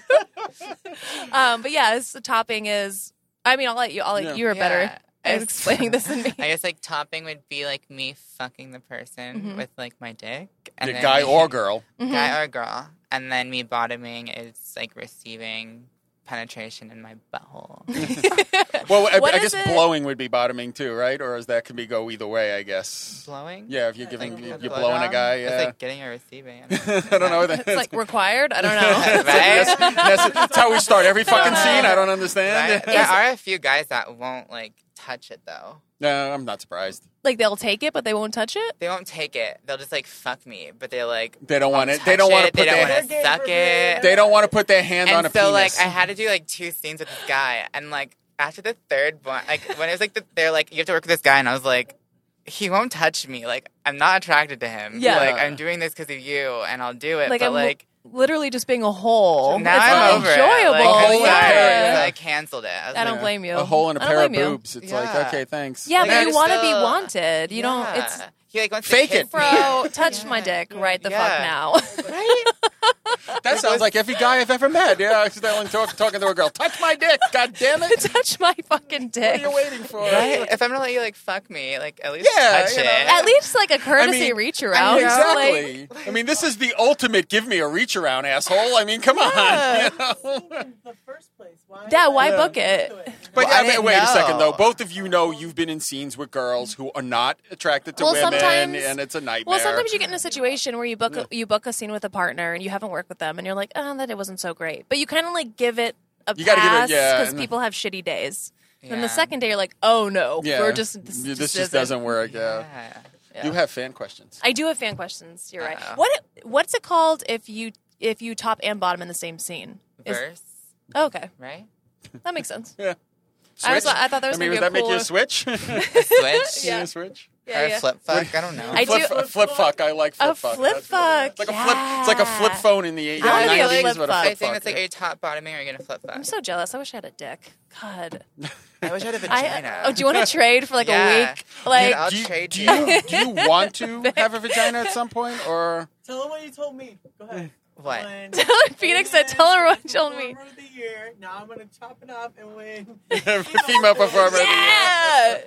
A: Um, but yeah, it's, the topping is. I mean, I'll let you. I'll let
B: Yeah.
A: you
B: [laughs]
A: are better
C: Yeah.
A: at explaining this than me.
C: I guess like topping would be like me fucking the person
A: Mhm.
C: with like my dick.
B: The
C: then
B: guy
C: me-
B: or girl.
A: Mhm.
C: Guy or girl. And then me bottoming is like receiving penetration in my
A: [laughs]
C: butthole.
B: Well, I,
A: What
B: I
A: is
B: guess
A: it?
B: blowing would be bottoming too, right? Or is that can be go either way? I guess.
C: blowing?
B: Yeah, if you're
C: Like,
B: giving,
C: a
B: you're blowing a
C: blowjob?
B: guy.
C: It's
B: Yeah.
C: like getting or receiving.
B: [laughs] I don't know. That's,
A: it's like required. I don't know.
B: [laughs]
C: [laughs] Right?
B: that's, [laughs] that's- that's how we start every fucking
C: Yeah.
B: scene. I don't
C: There,
A: [laughs]
B: understand. [laughs]
C: there are a few guys that won't like touch it though.
B: No, I'm not surprised.
A: like they'll take it, but they won't touch it.
C: They won't take it. They'll just like fuck me, but they like
B: They don't want it. They
C: touch
B: don't want to
C: it, They
B: put
C: don't
B: their.
C: want
D: hand-
C: to suck it.
B: They don't want to put their hand on
C: and
B: a
C: so
B: penis.
C: like I had to do like two scenes with this guy, and like after the third one, like when it was like the, they're like you have to work with this guy, and I was like, he won't touch me. Like I'm not attracted to him.
A: Yeah.
C: like I'm doing this because of you, and I'll do it.
A: Like
C: but
A: I'm
C: like
A: literally just being a hole.
C: now
A: it's
C: I'm
A: not
C: over
A: enjoyable.
C: it. Like, I'm
B: Hole in a
C: sorry.
B: pair,
A: yeah.
C: I canceled it. I was
A: I don't
C: like,
A: blame you.
B: A hole in a
A: I don't
B: pair of
A: blame you.
B: boobs. It's
C: Yeah.
B: like okay, thanks.
A: Yeah,
C: Like, I
A: but you
C: just
A: want to be
C: feel-
A: wanted. You don't.
C: yeah.
A: It's
C: he like wants
B: Fake
C: to kiss
B: it.
C: me. [laughs]
A: bro. Touch my
C: Yeah.
A: dick right the
C: Yeah.
A: fuck now. [laughs]
C: right?
B: That sounds like every guy I've ever met. Yeah, accidentally talk, talking to a girl. Touch my dick. God damn
C: [laughs]
B: it.
A: touch my fucking
B: What are
A: dick.
B: you waiting for?
C: Right? If I'm gonna let you like fuck me, like at least
B: Yeah,
C: touch
B: you know.
C: it.
A: At least like a courtesy
B: I mean,
A: reach around.
C: I know,
A: Like,
B: Exactly. I mean, this is the ultimate give me a reach around, asshole. I mean, come on. [laughs] you know?
D: In the first place. Why?
A: Yeah, why
D: Yeah.
A: book it?
B: But
C: Well, I
B: yeah, but
C: didn't
B: wait a second though.
C: know.
B: Both of you know you've been in scenes with girls who are not attracted to
A: Well,
B: women,
A: sometimes-
B: and it's a nightmare.
A: well, sometimes you get in a situation where you book a, you book a scene with a partner and you haven't worked with them, and you're like, oh, that it wasn't so great. But you kind of like give it a
B: You gotta give it-
A: pass
B: yeah,
A: because
B: and-
A: people have shitty days. Then
C: Yeah.
A: the second day, you're like, oh no,
B: yeah,
A: we're just this,
B: You- this
A: just,
B: just
A: isn't.
B: doesn't work. Yeah.
C: Yeah.
A: Yeah.
B: you have fan questions.
A: I do have fan questions. You're right.
C: Uh-oh.
A: What what's it called if you if you top and bottom in the same scene? Is- oh,
C: Verse,
A: okay,
C: right?
A: that makes sense.
B: yeah.
A: I was
B: Switch?
A: I thought that was
B: I mean,
A: gonna
B: would
A: be a
B: that make you
A: cool-
B: a switch? [laughs]
C: Switch.
A: [laughs] Yeah.
B: You switch.
A: [laughs] Yeah,
C: or
A: yeah.
C: flip fuck. I don't know.
A: I do-
B: flip, a flip fuck. I like flip
A: A
B: fuck.
A: flip
B: That's really-
A: fuck,
B: It's like a flip. It's like a flip
A: yeah.
B: phone in the eight-
A: I wanna be
B: 90s,
A: a flip
B: but a
A: fuck.
C: I
B: flip
C: think
B: fuck.
C: that's like, are you top bottoming or are you gonna flip fuck?
A: I'm so jealous. I wish I had a dick. God.
C: I wish I had
B: [laughs]
C: a vagina.
A: [laughs] I, oh, do you want to trade for like
C: Yeah.
A: a week? Like,
C: Dude, I'll
B: do you,
C: trade
B: do
C: you.
B: you, do you want
A: [laughs]
B: to have a vagina at some point, or
D: Tell them what you told me. Go ahead.
C: What?
D: When-
A: [laughs] Tell her- Phoenix said,
D: when
A: "Tell her what you told me."
D: performer of the year. Now I'm gonna chop it up
A: [laughs]
D: and win.
B: [laughs] female performer?
A: yeah.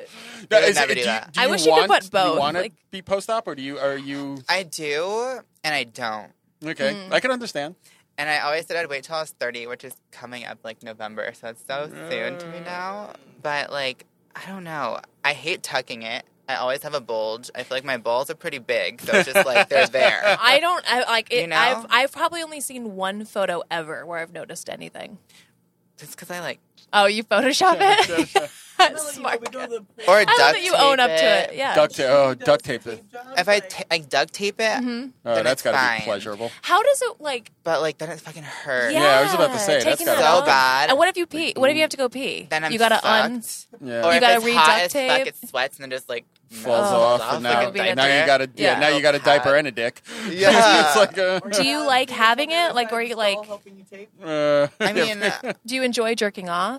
B: No,
C: would
B: is-
C: never
B: do
C: do
B: you-
C: that.
B: do
A: I
B: you
A: wish you could
B: want-
A: put
B: Do
A: both,
B: you want to
A: like-
B: be post op, or do you? Are you
C: I do, and I don't.
B: okay?
A: Mm.
B: I can
A: [laughs]
B: understand.
C: And I always said I'd wait till I was 30, which is coming up like November, so it's so soon to me
A: Mm.
C: now. But like, I don't know. I hate tucking it. I always have a bulge. I feel like my balls are pretty big, so it's just like they're
A: [laughs]
C: there.
A: I don't. I like. It,
C: You know?
A: I've I've probably only seen one photo ever where I've noticed anything.
C: Just because I like.
A: Oh, you Photoshop it? [laughs]
D: Not like, you know,
A: Smart.
D: we go to the- [laughs]
C: Or
D: I
A: I
C: duct
A: love that you
C: tape
A: own up to
C: it.
A: it. Yeah.
B: duct tape. Oh,
D: does
B: duct tape. it.
D: tape jobs,
C: If I
D: like,
C: ta- like duct tape it,
A: Mm-hmm.
B: Oh,
C: Then
B: that's
C: it's
B: got to
C: fine.
B: be pleasurable.
A: How does it like?
C: but like then it fucking hurts.
A: Yeah,
B: Yeah, I was about to say, that's
A: taking
B: gotta
A: that
C: be
A: off.
C: So bad.
A: And what if you pee? What if you have to go pee?
C: Then I'm
A: you gotta
C: fucked.
A: un.
B: Oh, Yeah.
C: Or
A: You
C: if
A: gotta
C: it's
A: re-duct
C: hot as
A: tape.
C: fuck, it sweats and it just like
B: falls
A: Oh.
B: off, and
A: That
B: now,
A: would be
B: now you
A: different.
B: got a yeah,
A: Yeah.
B: now you got a
C: Oh,
B: diaper
C: God.
B: and a dick. [laughs]
C: Yeah.
B: it's like uh, a.
D: or
A: Do you
D: not,
A: like
D: know,
A: having
D: on the
A: it?
D: other
A: Like,
D: side
A: or
D: it's
A: you, like-
D: all helping you tape.
B: Uh,
C: I mean, uh,
A: Do you enjoy jerking off?
C: [laughs]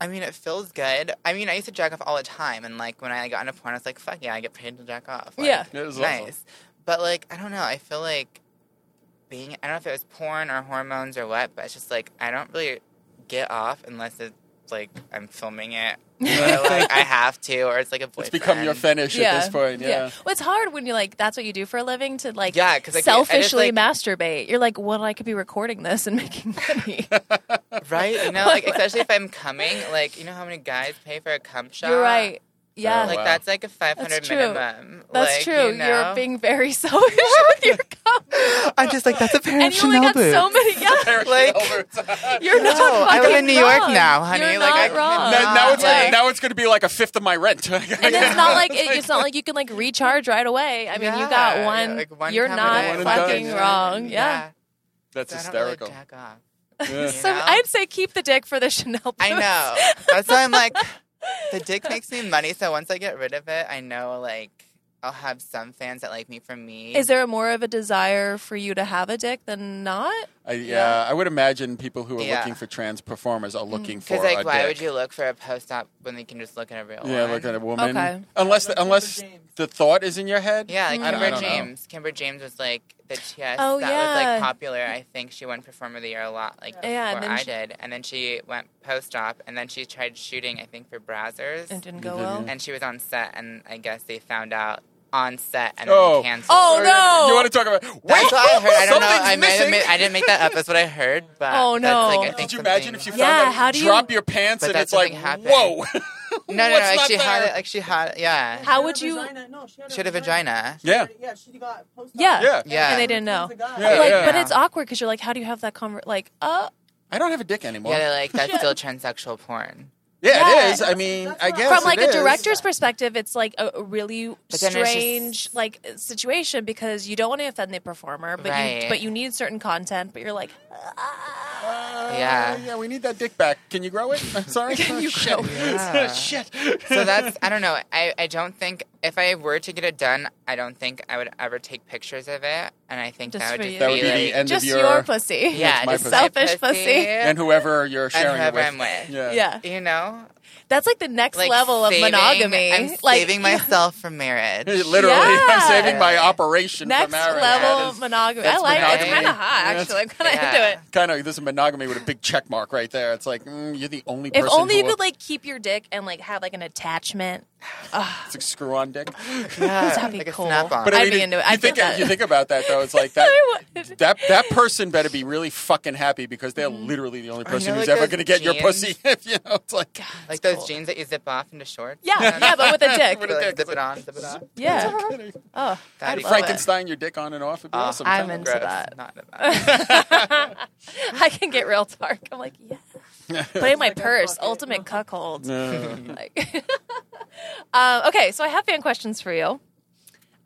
C: I mean, it feels good. I mean, I used to jack off all the time, and like when I got into porn, I was like, "Fuck yeah, I get paid to jack off." Like,
A: Yeah.
B: It was
C: nice.
B: awesome.
C: But like, I don't know. I feel like being. I don't know if it was porn or hormones or what, but it's just like I don't really get off unless it's like I'm filming it, [laughs] or like I have to, or it's like a boyfriend.
B: [laughs] it's become your fetish at this point. Yeah.
A: Well, it's hard when you're like, that's what you do for a living to like,
C: Yeah, 'cause I can't- I just,
A: selfishly
C: like-
A: masturbate. You're like, well, I could be recording this and [laughs] making money.
C: [laughs] right? You know, like especially if I'm coming. Like, you know how many guys pay for a cum shot?
A: you're right. Yeah.
B: Oh,
C: Like
B: wow.
C: that's like a 500
A: true.
C: minimum.
A: That's
C: Like,
A: true.
C: You know?
A: are being very [laughs] selfish with your cum.
C: I'm just like that's a pair
A: And you only got so many. [laughs] Yeah.
B: [laughs]
C: Like-
A: You're not
C: No, I live
A: fucking
C: in New York
A: wrong.
C: now, honey.
A: You're
C: Like,
A: not
C: I cannot.
A: wrong.
B: now, now it's
A: like,
B: gonna, now it's going to be uh, like a fifth of my rent. [laughs]
A: and it's not like it, it's not like you can like recharge right away. [laughs] I mean, you got
C: Yeah,
A: one.
C: like one
A: you're
C: coming
A: not
C: in,
B: One and
A: fucking
B: done.
A: wrong. Yeah.
B: That's
C: So I don't really
B: hysterical.
C: jack off.
B: Yeah.
A: So
C: Yeah.
A: I'd say keep the dick for the [laughs] Chanel. Boots.
C: I
A: [laughs]
C: know. That's why I'm like, the dick makes me money. So once I get rid of it, I know like I'll have some fans that like me for me.
A: Is there more of a desire for you to have a dick than not?
B: I, yeah, I would imagine people who are
C: Yeah.
B: looking for trans performers are looking for
C: because like,
B: a
C: why
B: dick.
C: would you look for a post op when they can just look at a real
B: Yeah,
C: one?
B: look at a woman.
A: Okay.
B: Unless
D: Look
B: the,
D: at
B: unless
D: James.
B: the thought is in your head.
C: Yeah,
A: Mm.
C: like
B: I don't- I
C: Kimber
B: don't know.
C: James. Kimber James was like the chess
A: Oh,
C: that
A: yeah.
C: was like popular. I think she won Performer of the Year a lot, like
A: Yeah,
C: before
A: and then
C: I
A: she-
C: did. And then she went post op, and then she tried shooting. I think for Brazzers,
A: It didn't go well.
B: Mm.
C: and she was on set, and I guess they found out on set, and
B: Oh.
C: then they canceled.
A: Oh
C: her.
A: no!
B: You want to talk about? Wait,
C: That's what I heard. I don't know. I,
B: something's
C: may have
B: missing.
C: made- I didn't make that up. That's what I heard. But
A: Oh,
C: that's,
A: no.
C: like, I think
A: Did
B: Could you
C: something-
B: imagine if you found
A: Yeah,
B: out,
A: how do you-
B: drop your pants
C: But
B: and
C: that
B: it's like,
C: doesn't happen.
B: whoa.
C: No, no, no.
B: What's
C: Like
B: not
C: she had
B: there?
C: it. Like she had. Yeah.
A: How
D: She had
A: would
D: a
A: you-
D: vagina- No, she had,
C: She had a vagina.
B: Yeah.
D: Yeah, she got post-op.
A: Yeah.
B: Yeah.
C: Yeah.
A: And they didn't know.
B: Yeah,
A: like,
B: yeah.
A: but it's awkward because you're like, how do you have that conver Like, uh,
B: I don't have a dick anymore.
C: Yeah, they're like
A: [laughs]
C: that's still transsexual porn.
B: Yeah,
A: Yeah.
B: it is. I mean,
D: That's
B: I
D: what-
B: guess
A: from
B: it
A: like a
B: is.
A: director's perspective, it's like a a really
C: But then there's just-
A: strange like situation because you don't want to offend the performer, but you
C: Right.
A: but you need certain content. But you're like,
B: Uh,
C: Yeah.
B: yeah, we need that dick back. Can you grow it? I'm sorry.
A: Can you
B: Shit.
A: grow it?
C: Yeah.
B: Shit.
C: So that's I don't know. I, I don't think if I were to get it done, I don't think I would ever take pictures of it. And I think
A: Just
C: that would
A: for
C: just
A: you.
C: be,
A: That
B: would be the
C: like,
B: end of
A: just
B: your-
A: your
B: [laughs]
A: pussy.
C: yeah,
B: That's my
C: just
B: pussy.
A: Selfish pussy.
B: and whoever you're sharing
C: whoever
B: it with.
C: I'm with.
B: Yeah.
A: Yeah.
C: you know,
A: That's like the next
C: like
A: level of
C: saving-
A: monogamy.
C: I'm
A: like
C: saving myself
B: [laughs]
C: for
B: [laughs]
C: marriage.
B: Literally, I'm
A: Yeah.
B: saving my operation
A: next
B: for marriage.
A: level monogamy. I
B: that's
A: like it. It's
C: monogamy.
A: kind of hot,
B: That's-
A: actually. I'm kind of
C: Yeah.
A: into it.
B: Kind of, this is monogamy with a big check mark right there. It's like, mm, you're the only
A: If
B: person
A: only
B: who
A: you
B: will-
A: could like keep your dick and like have like
B: [laughs]
A: an attachment.
B: it's a screw on dick.
C: Yeah,
A: That'd be
C: like a
A: cool.
C: snap-on.
A: But I'd be into it.
B: You
A: I'd
B: think,
A: get that.
B: you think about that
A: [laughs]
B: though. It's like that.
A: I would. Mm-hmm.
B: That that person better be really fucking happy because they're literally the only person
C: know,
B: who's
C: like
B: ever
C: those
B: going to get your
C: jeans?
B: pussy. [laughs] If you know, it's like
C: like
A: That's
C: those
A: cool.
C: jeans that you zip off into shorts.
A: Yeah, yeah, but
C: [laughs]
A: with
B: [laughs]
A: a dick.
C: With a dick, zip it on, zip it off.
A: Yeah. Oh,
C: That'd be
B: Frankenstein your dick on and off. It'd be
C: Oh,
B: awesome.
A: I'm
B: Kinda.
A: in-
C: Gross.
A: that.
C: Not about.
A: [laughs] [laughs]
B: [laughs]
A: I can get real dark. I'm like, yeah. Put it in my purse. Ultimate cuckold.
B: Yeah.
A: [laughs] Like, [laughs] um, okay, so I have fan questions for you.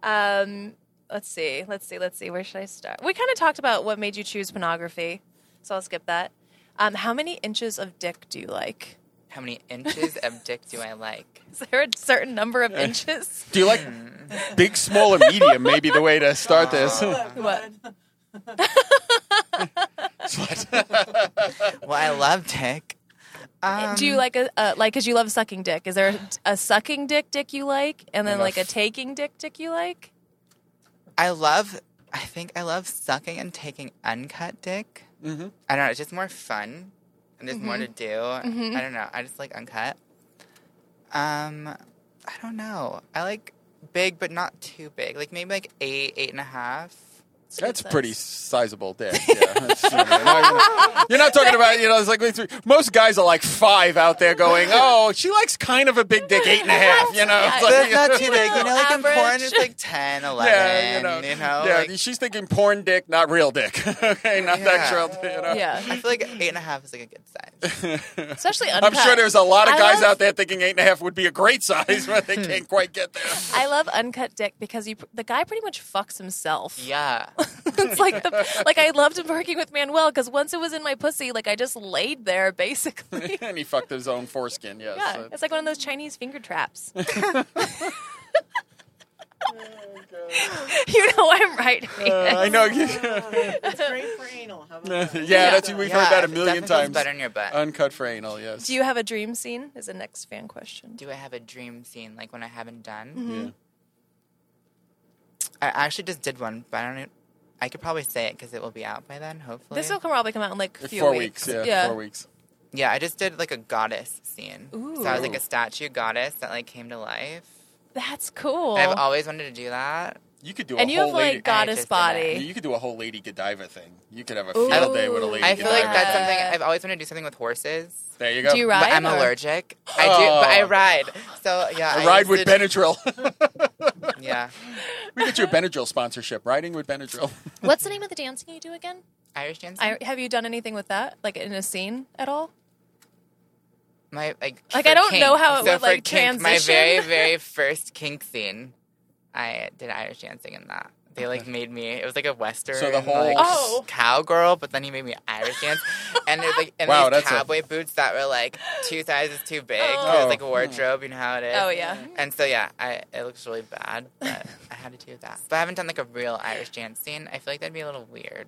A: Um, let's see, let's see, let's see. Where should I start? We kind of talked about what made you choose pornography, so I'll skip that. Um, how many inches of dick do you like? [laughs]
C: How many inches of dick do I like?
A: Is there a certain number of inches?
B: Do you like big, small, and medium? Maybe the way to start
C: [laughs]
B: this.
A: [laughs] What?
C: Well, I love dick. Um,
A: do you like a uh, like because you love sucking dick? Is there a, a sucking dick dick you like, and then
B: And a
A: like a
B: f-
A: taking dick dick you like?
B: [laughs]
C: I love. I think I love sucking and taking uncut dick.
B: mm-hmm.
C: I don't know. It's just more fun, and there's more to do.
B: Mm-hmm.
C: I don't know. I just like uncut. Um, I don't know. I like big, but not too big. Like maybe like eight, eight and a half.
B: That's
A: That's, good
B: pretty
A: size.
B: sizable dick. Yeah. That's, you know, not- you're not talking about, you know, it's like we- most guys are like five out there going, oh, she likes kind of a big dick, eight and a half, you know? It's
A: Yeah.
B: [laughs] like-
C: That's not too big. You know, like in porn,
A: average.
C: it's like 10, 11,
B: [laughs] yeah,
C: you know.
B: yeah,
C: like,
B: she's thinking porn dick, not real dick. [laughs] okay, not
C: Yeah.
B: that real dick. You know?
A: Yeah,
C: I feel like eight and a half is like a good size.
B: [laughs]
A: especially
B: I'm
A: uncut.
B: sure there's a lot of
A: I
B: guys
A: love- Hmm.
B: out there thinking eight and a half would be a great size, [laughs] but they can't quite get there. [laughs]
A: I love uncut dick because you, the guy pretty much fucks himself.
C: Yeah.
A: it's like the like I loved him working with Manuel because once it was in my pussy, like I just laid there
B: [laughs]
A: basically.
B: and he fucked his own foreskin. Yes.
A: Yeah, it's like one of those Chinese finger traps. [laughs]
D: oh,
A: you know I'm right.
B: [laughs] Uh, I know. You, [laughs]
D: it's great for anal. How
C: [laughs]
B: yeah,
A: [laughs]
D: about that?
B: that's we've
C: Yeah,
B: heard that a
C: it
B: million
C: definitely feels
B: times. Uh,
C: Better in your butt.
B: Uncut for anal. Yes.
A: Do you have a dream scene? Is the next fan question.
C: Do I have a dream scene like when I haven't done?
B: Yeah.
C: I actually just did one, but I don't. I could probably say it because it will be out by then, hopefully.
A: This will probably come out in like a few
B: Four
A: weeks.
B: weeks. Yeah, Four weeks.
C: Yeah, I just did like a goddess scene. So I was like
B: Ooh.
C: a statue goddess that like came to life.
A: That's cool.
C: And I've always wanted to do that.
B: You could do
A: and
B: a
A: you
B: whole
A: have
B: lady.
A: like goddess
C: just did that.
B: [laughs]
A: body.
B: you could do a whole lady Godiva thing. You could have a
A: Ooh.
B: field day with a lady.
C: I feel like
B: Godiva.
C: that's
A: Yeah.
C: something I've always wanted to do something with horses.
B: There you go.
A: Do you ride?
C: But I'm
A: or-
C: allergic. I do, but I
B: Oh.
C: ride. So yeah,
B: A ride
C: used
B: with
C: to-
B: Benadryl. [laughs]
C: Yeah,
B: we get you a Benadryl sponsorship. Riding with Benadryl. [laughs]
A: What's the name of the dancing you do again?
C: Irish dancing.
A: I, have you done anything with that, like in a scene at all?
C: My like,
A: Like, I
C: for
A: don't
C: kink.
A: know how it
C: so
A: would,
C: for
A: like,
C: kink, My
A: transition. [laughs]
C: very very first kink scene, I did Irish dancing in that. They like made me. It was like a western,
B: So the whole-
C: like,
A: Oh.
C: cowgirl, but then he made me Irish dance, and it was like in
B: Wow,
C: these
B: that's a-
C: cowboy boots that were like two sizes too big.
A: Oh.
C: It was like a wardrobe, you know how it is.
A: Oh yeah.
C: And so yeah, I it looks really bad, but I had to do that. But I haven't done like a real Irish dance scene. I feel like that'd be a little weird.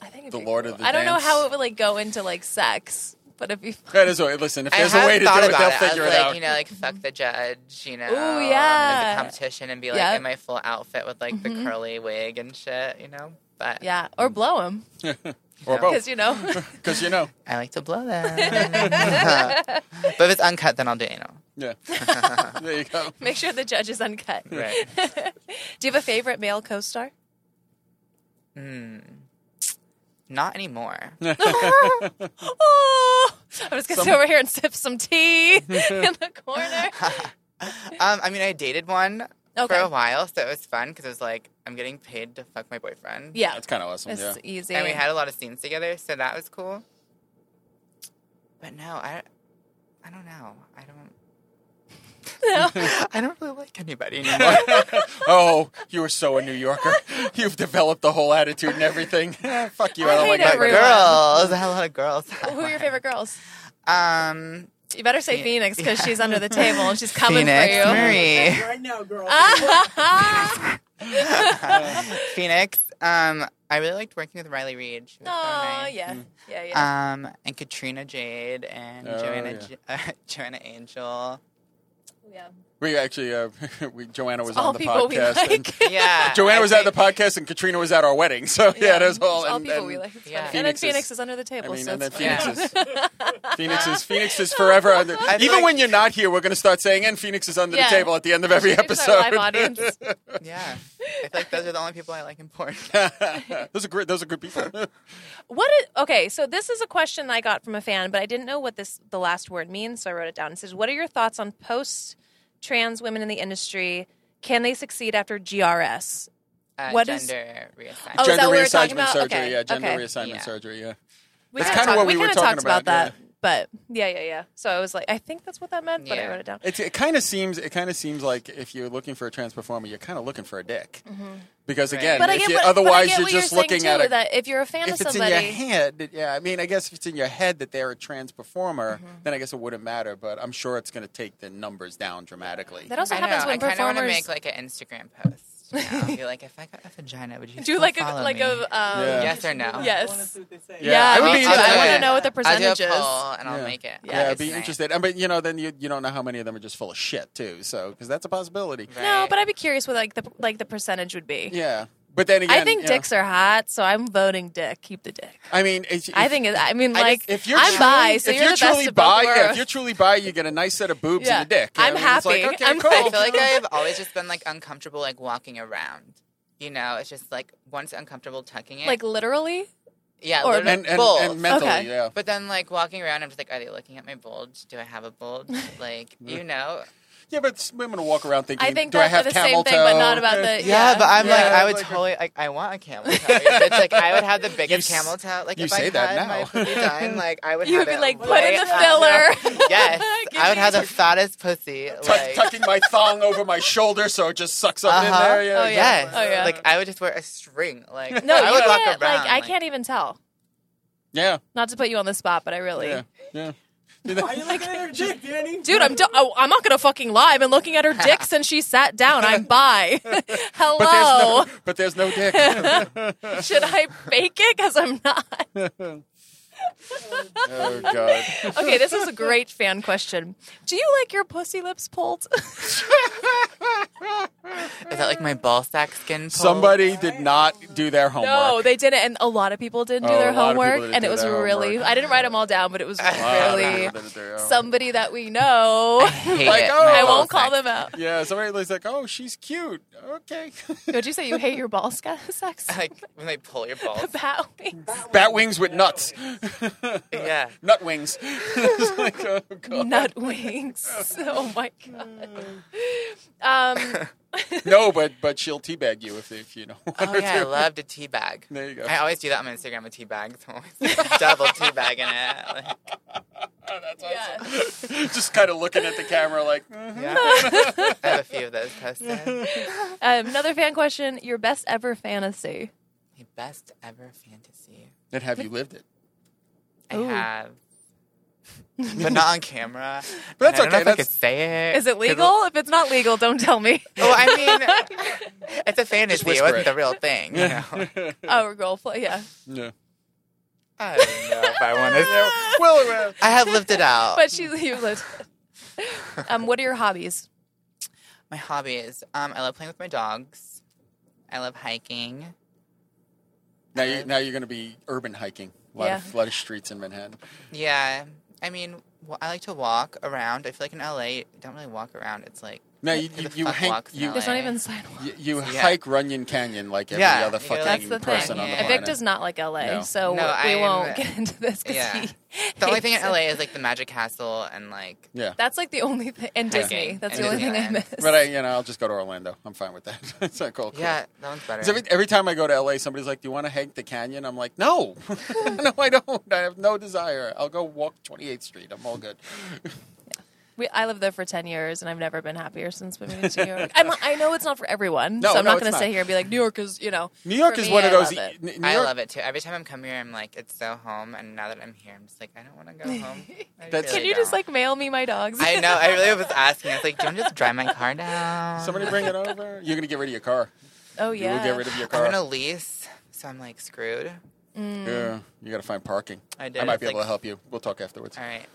A: I think it'd
B: The
A: be
B: Lord
A: cool.
B: of the
A: I don't know
B: Dance.
A: how it would like go into like sex,
B: [laughs]
A: but it'd be fun.
B: That is a way. Listen, if there's
C: I
B: a
C: have
B: way to do
C: thought
B: it,
C: about
B: they'll
C: I
B: figure
C: was
B: it
C: like,
B: out.
C: You know, like fuck the judge. You know,
A: Ooh,
C: as
A: yeah.
C: a competition and be like
A: Yep. Mm-hmm.
C: in my full outfit with like the curly wig and shit. You know, but
A: Yeah, or blow him
B: or
C: [laughs] know.
B: [laughs]
A: because
B: both,
A: you know.
B: because you know.
C: I like to
A: [laughs]
C: blow them. [laughs] but if it's uncut, then I'll do anal. [laughs]
B: Yeah. [laughs] there you go.
A: Make sure the judge is uncut.
C: Right.
A: Do you have a favorite male co-star?
C: Hmm. Not anymore.
A: oh, I'm just gonna sit over here and sip
B: [laughs]
A: some tea in the corner.
C: Um, I mean, I dated one
A: Okay.
C: for a while, so it was fun because it was like I'm getting paid to fuck my boyfriend.
A: Yeah,
B: That's kind of awesome.
A: it's
B: yeah.
A: easy.
C: and we had a lot of scenes together, so that was cool. But no, I, I don't know. I don't. [laughs] I don't really like
A: [laughs]
C: anybody anymore.
B: oh, you are so a New Yorker. You've developed the whole attitude and everything. [laughs] Fuck you. I,
A: I
B: don't
A: hate
B: like
C: but
B: that.
A: everyone.
C: girls, I had a lot of girls.
A: Who are your favorite girls?
C: [laughs] Um,
A: You better say
C: Phoe-
A: Phoenix because
C: yeah.
A: she's under the table and she's coming
C: Phoenix
A: for
C: [laughs]
A: you. [laughs]
C: Marie,
D: Right now, girl.
A: Ah.
C: Phoenix. Um, I really liked working with Riley Reed. She was so
A: oh
C: nice.
A: yeah,
B: Mm.
A: yeah, yeah.
C: Um, and Katrina Jade and
B: Oh,
C: Joanna
B: yeah.
C: J- [laughs] uh, Joanna Angel.
A: yeah.
B: We actually, uh, [laughs] we, Joanna was
A: All
B: on the
A: people we
B: podcast. and
A: [laughs] like.
B: [laughs]
C: Yeah,
B: Joanna
C: I
B: was at the
C: think-
B: podcast, and Katrina was at our wedding. [laughs] So yeah, that's all.
A: It's all
B: and,
A: people
B: and-
A: we like. It's
C: yeah.
A: funny. And then
B: Phoenix is-
A: Phoenix is under the
B: I
A: table.
B: mean,
A: so
B: and then
A: it's
B: Phoenix
A: fine.
B: is
A: [laughs]
B: Phoenix is Phoenix is forever under.
C: I feel
B: Even
C: like-
B: when you're not here, we're going to start saying, "And Phoenix is under
A: Yeah.
B: the table" at the end of every
A: Here's our
B: episode.
A: live audience.
C: Yeah, I feel like those are the only people I like in
B: [laughs]
C: porn.
B: those are great. Those are good people.
A: Oh, What is okay? So this is a question I got from a fan, but I didn't know what this the last word means, so I wrote it down. It says, "What are your thoughts on post trans women in the industry? Can they succeed after GRS?"
C: Uh,
A: What is-
C: gender reassignment.
A: Oh, is
B: gender
A: that what we were
B: reassignment
A: talking about?
B: surgery.
A: Okay,
B: Yeah, gender
A: okay.
B: reassignment
C: Yeah.
B: surgery. Yeah.
A: We
B: That's
A: kinda
B: kinda
A: talked-
B: what we were
A: kinda
B: talking
A: talked about,
B: about,
A: that, but yeah, yeah, yeah. So I was like, I think that's what that meant, but I
C: Yeah.
A: wrote it down.
B: It's, it kind of seems. It kind of seems like if you're looking for a trans performer, you're kind of looking for a dick. Because
C: Right.
B: again,
A: Mm-hmm. But I
B: if
A: get
B: you-
A: what, but I
B: otherwise
A: get
B: you're just
A: what you're saying,
B: looking
A: too,
B: at it.
A: that if you're a fan
B: if
A: of
B: it's
A: somebody,
B: in your head, it- yeah. I mean, I guess if it's in your head that they're a trans performer,
A: Mm-hmm.
B: then I guess it wouldn't matter. But I'm sure it's going to take the numbers down dramatically.
A: that also
C: I know.
A: happens
C: I
A: when
C: kinda wanna
A: performers
C: make like an Instagram post. You know? Be like, if I got a vagina, would you
A: do
C: still
A: like a
C: follow
A: like
C: me?
A: a um,
B: Yeah.
C: yes or no?
A: Yeah.
D: I want to see what they say.
A: yeah.
B: Yeah, I would
A: me
B: be
A: too. I
B: interested.
A: want to know what the
C: I'll do a
A: percentage is.
C: poll and I'll
B: Yeah.
C: make it.
A: Yeah,
B: Yeah, I'd be
C: Nice.
B: interested. I mean, you know, then you you don't know how many of them are just full of shit too. So because that's a possibility.
C: Right.
A: No, but I'd be curious what like the like the percentage would be.
B: Yeah, but then again,
A: I think
B: you know,
A: dicks are hot, so I'm voting dick. Keep the dick.
B: I mean, if,
A: I think. It, I mean,
C: I
A: like,
C: just-
B: if you're
A: I'm
B: truly,
A: bi, so
B: if
A: you're,
B: you're
A: the
B: truly
A: best of both
B: bi, yeah,
A: worlds.
B: if you're truly bi, you get a nice set of boobs
A: Yeah.
B: and a dick.
A: I'm
B: I mean, it's like,
A: happy.
B: okay,
A: I'm
B: cool.
A: [laughs] happy.
C: I feel like I've always just been like uncomfortable, like walking around. you know, it's just like once uncomfortable tucking it.
A: [laughs] Like literally?
C: yeah,
A: or-
C: literally,
B: and and,
C: both.
B: and mentally,
A: Okay.
B: yeah.
C: But then, like walking around, I'm just like, are they looking at my bulge? Do I have a bulge?
B: [laughs]
C: Like, you know,
B: Yeah, but s- women will walk around thinking,
A: I think
B: "Do I
A: that's
B: have
A: the
B: camel
A: same thing, but
B: toe?" [laughs]
A: not about the.
C: Yeah, but I'm like,
B: Yeah.
C: I would
B: Like-
C: totally like, I want a camel toe. it's like I would have the biggest
B: [laughs] You s-
C: camel toe. Like
B: you
C: if I
B: say
C: had
B: that
C: my
B: now.
C: pussy
B: [laughs]
C: done, like I would.
A: You
C: have
A: would be
C: it
A: like, put
C: right
A: in the
C: up.
A: filler.
C: [laughs] Yes,
A: [laughs] Give
C: I would
A: me
C: have
A: a
C: the fattest pussy. Like,
B: Tuck-
A: [laughs]
B: tucking my thong over my shoulder so it just sucks up in
C: Uh-huh.
B: there. Yeah,
A: Oh, yeah.
C: yes,
A: Oh, yeah.
C: like I would just wear a string. Like
A: No,
C: I
A: you
C: would walk
A: can't.
C: around,
A: like, I can't even tell.
B: yeah,
A: Not to put you on the spot, but I really.
B: yeah, yeah.
A: [laughs]
B: [laughs]
D: Are you looking at her dick, Danny?
A: Dude, I'm do- oh, I'm not gonna fucking lie. I've been looking
B: [laughs]
A: at her dick since she sat down. I'm bi. [laughs]
B: But [laughs]
A: Hello.
B: there's no, but there's no
A: [laughs]
B: dick.
A: Should I fake it? Because I'm not.
B: oh god.
A: Okay, this is a great fan question. Do you like your pussy lips pulled?
C: Is that like my ball sack skin?
B: [laughs]
C: pulled?
B: Somebody did not do their homework.
A: no, they didn't, and a lot of people didn't do
B: Oh,
A: their
B: a lot of people
A: homework,
B: didn't
A: and
B: do
A: it was
B: their
A: really.
B: homework.
A: I didn't write them all down, but it was
B: [laughs] Wow, they
A: [laughs] really
B: did their own.
A: somebody that we
B: [laughs]
A: know.
C: Hate
B: Like,
C: it,
B: oh,
C: my
A: I
C: ball
A: won't call
C: sack.
A: them out.
B: Yeah, somebody was like, "Oh, she's cute." Okay. [laughs]
A: Would you say you hate your ball sca- [laughs] sex?
C: [laughs] Like when they pull
A: [laughs]
C: your balls.
A: Bat wings.
B: Bat wings with nuts. [laughs]
C: yeah.
B: Nut wings. [laughs] It's like, oh, God.
A: Nut
B: [laughs]
A: wings. Oh my
B: Hmm.
A: god. Um,
B: No, but but she'll teabag you if if you know. [laughs]
C: Oh yeah, I love to tea bag.
B: There you go.
C: I always do that on my Instagram with tea bags. [laughs] I'm always double tea bag in it.
B: [laughs]
C: Like,
A: yeah.
B: Just kind of looking at the camera like, mhm. [laughs]
C: Yeah. I have a few of those posted. My
A: Um, another fan question: Your best ever fantasy?
C: best ever fantasy.
B: and have you lived it? [laughs]
C: I
A: Ooh.
C: have. but not on camera.
B: But that's
C: And I don't know
B: okay.
C: if I could
B: That's-
C: say it.
A: Is it
C: 'Cause-
A: legal? If it's not legal, don't tell
B: [laughs]
A: me.
C: Oh, I
A: [laughs]
C: mean, it's a fantasy. It
B: whisper
C: wasn't
B: it.
C: the real thing. You know?
A: Our Oh, girl, fl- yeah.
B: Yeah.
C: I don't know if I want
B: Yeah,
C: to.
B: Well, uh,
C: I have lived it out.
A: But she's
B: [laughs]
A: you lived. Um, what are your hobbies?
C: my hobbies. Um, I love playing with my dogs. I love hiking.
B: now you now you're going to be urban hiking. A lot
A: Yeah.
B: of lot of streets in Manhattan.
C: Yeah. I mean, wa- I like to walk around. I feel like in LA, you don't really walk around. It's like
B: Now you
C: Who
B: you,
C: the
B: you,
C: fuck
B: hang,
C: walks in
B: you
C: LA?
A: There's not even sidewalk.
B: you, you
C: Yeah.
B: hike Runyon Canyon like every other
C: Yeah, you gotta,
B: fucking
A: That's the thing.
B: person on the
C: Yeah.
B: planet.
A: Evicta's not like LA,
B: No.
A: so
C: No,
A: we
C: I'm-
A: won't get into this. 'cause
C: Yeah.
A: he
C: the only thing in
A: hates it.
C: LA is like the Magic Castle
B: [laughs]
C: and like
A: [laughs]
B: yeah.
A: That's like the only thing, and
C: Hiking
A: Disney. That's
C: and
A: the only thing I
C: Disneyland.
A: miss.
B: But I, you know, I'll just go to Orlando. I'm fine with that. [laughs] it's like, cool, cool.
C: yeah, that one's
B: 'Cause
C: better.
B: Every, every time I go to LA, somebody's like, "Do you want to hike the canyon?" I'm like, "No, [laughs] no, I don't. I have no desire. I'll go walk 28th Street. I'm all good."
A: We, I lived there for 10 years and I've never been happier since moving
B: [laughs]
A: to New York. I'm, I know it's not for everyone,
B: No,
A: so I'm
B: no,
A: not
B: it's
A: going to
B: not.
A: sit here and be like, New York is, you know.
B: New York
A: For
B: is
A: me,
B: one of
A: I
B: those. e,
A: love it.
B: New York,
C: I love it too. Every time I'm come here, I'm like, it's so home. And now that I'm here, I'm just like, I don't want to go
B: [laughs]
C: home. I
B: That's-
A: Can
C: really
A: you just
C: don't.
A: like mail me my dogs?
C: I know. I really
B: [laughs]
C: was asking. I was like, do you want to just drive my car down?
B: Somebody bring it over. You're gonna get rid of your car.
A: [laughs] oh,
B: You will
A: yeah.
B: get rid of your
C: I'm
B: car.
C: in a lease, so I'm like screwed.
B: Yeah, you gotta find parking.
C: I did.
B: I might
C: It's
B: be able
C: like-
B: to help you. We'll talk afterwards.
C: All right.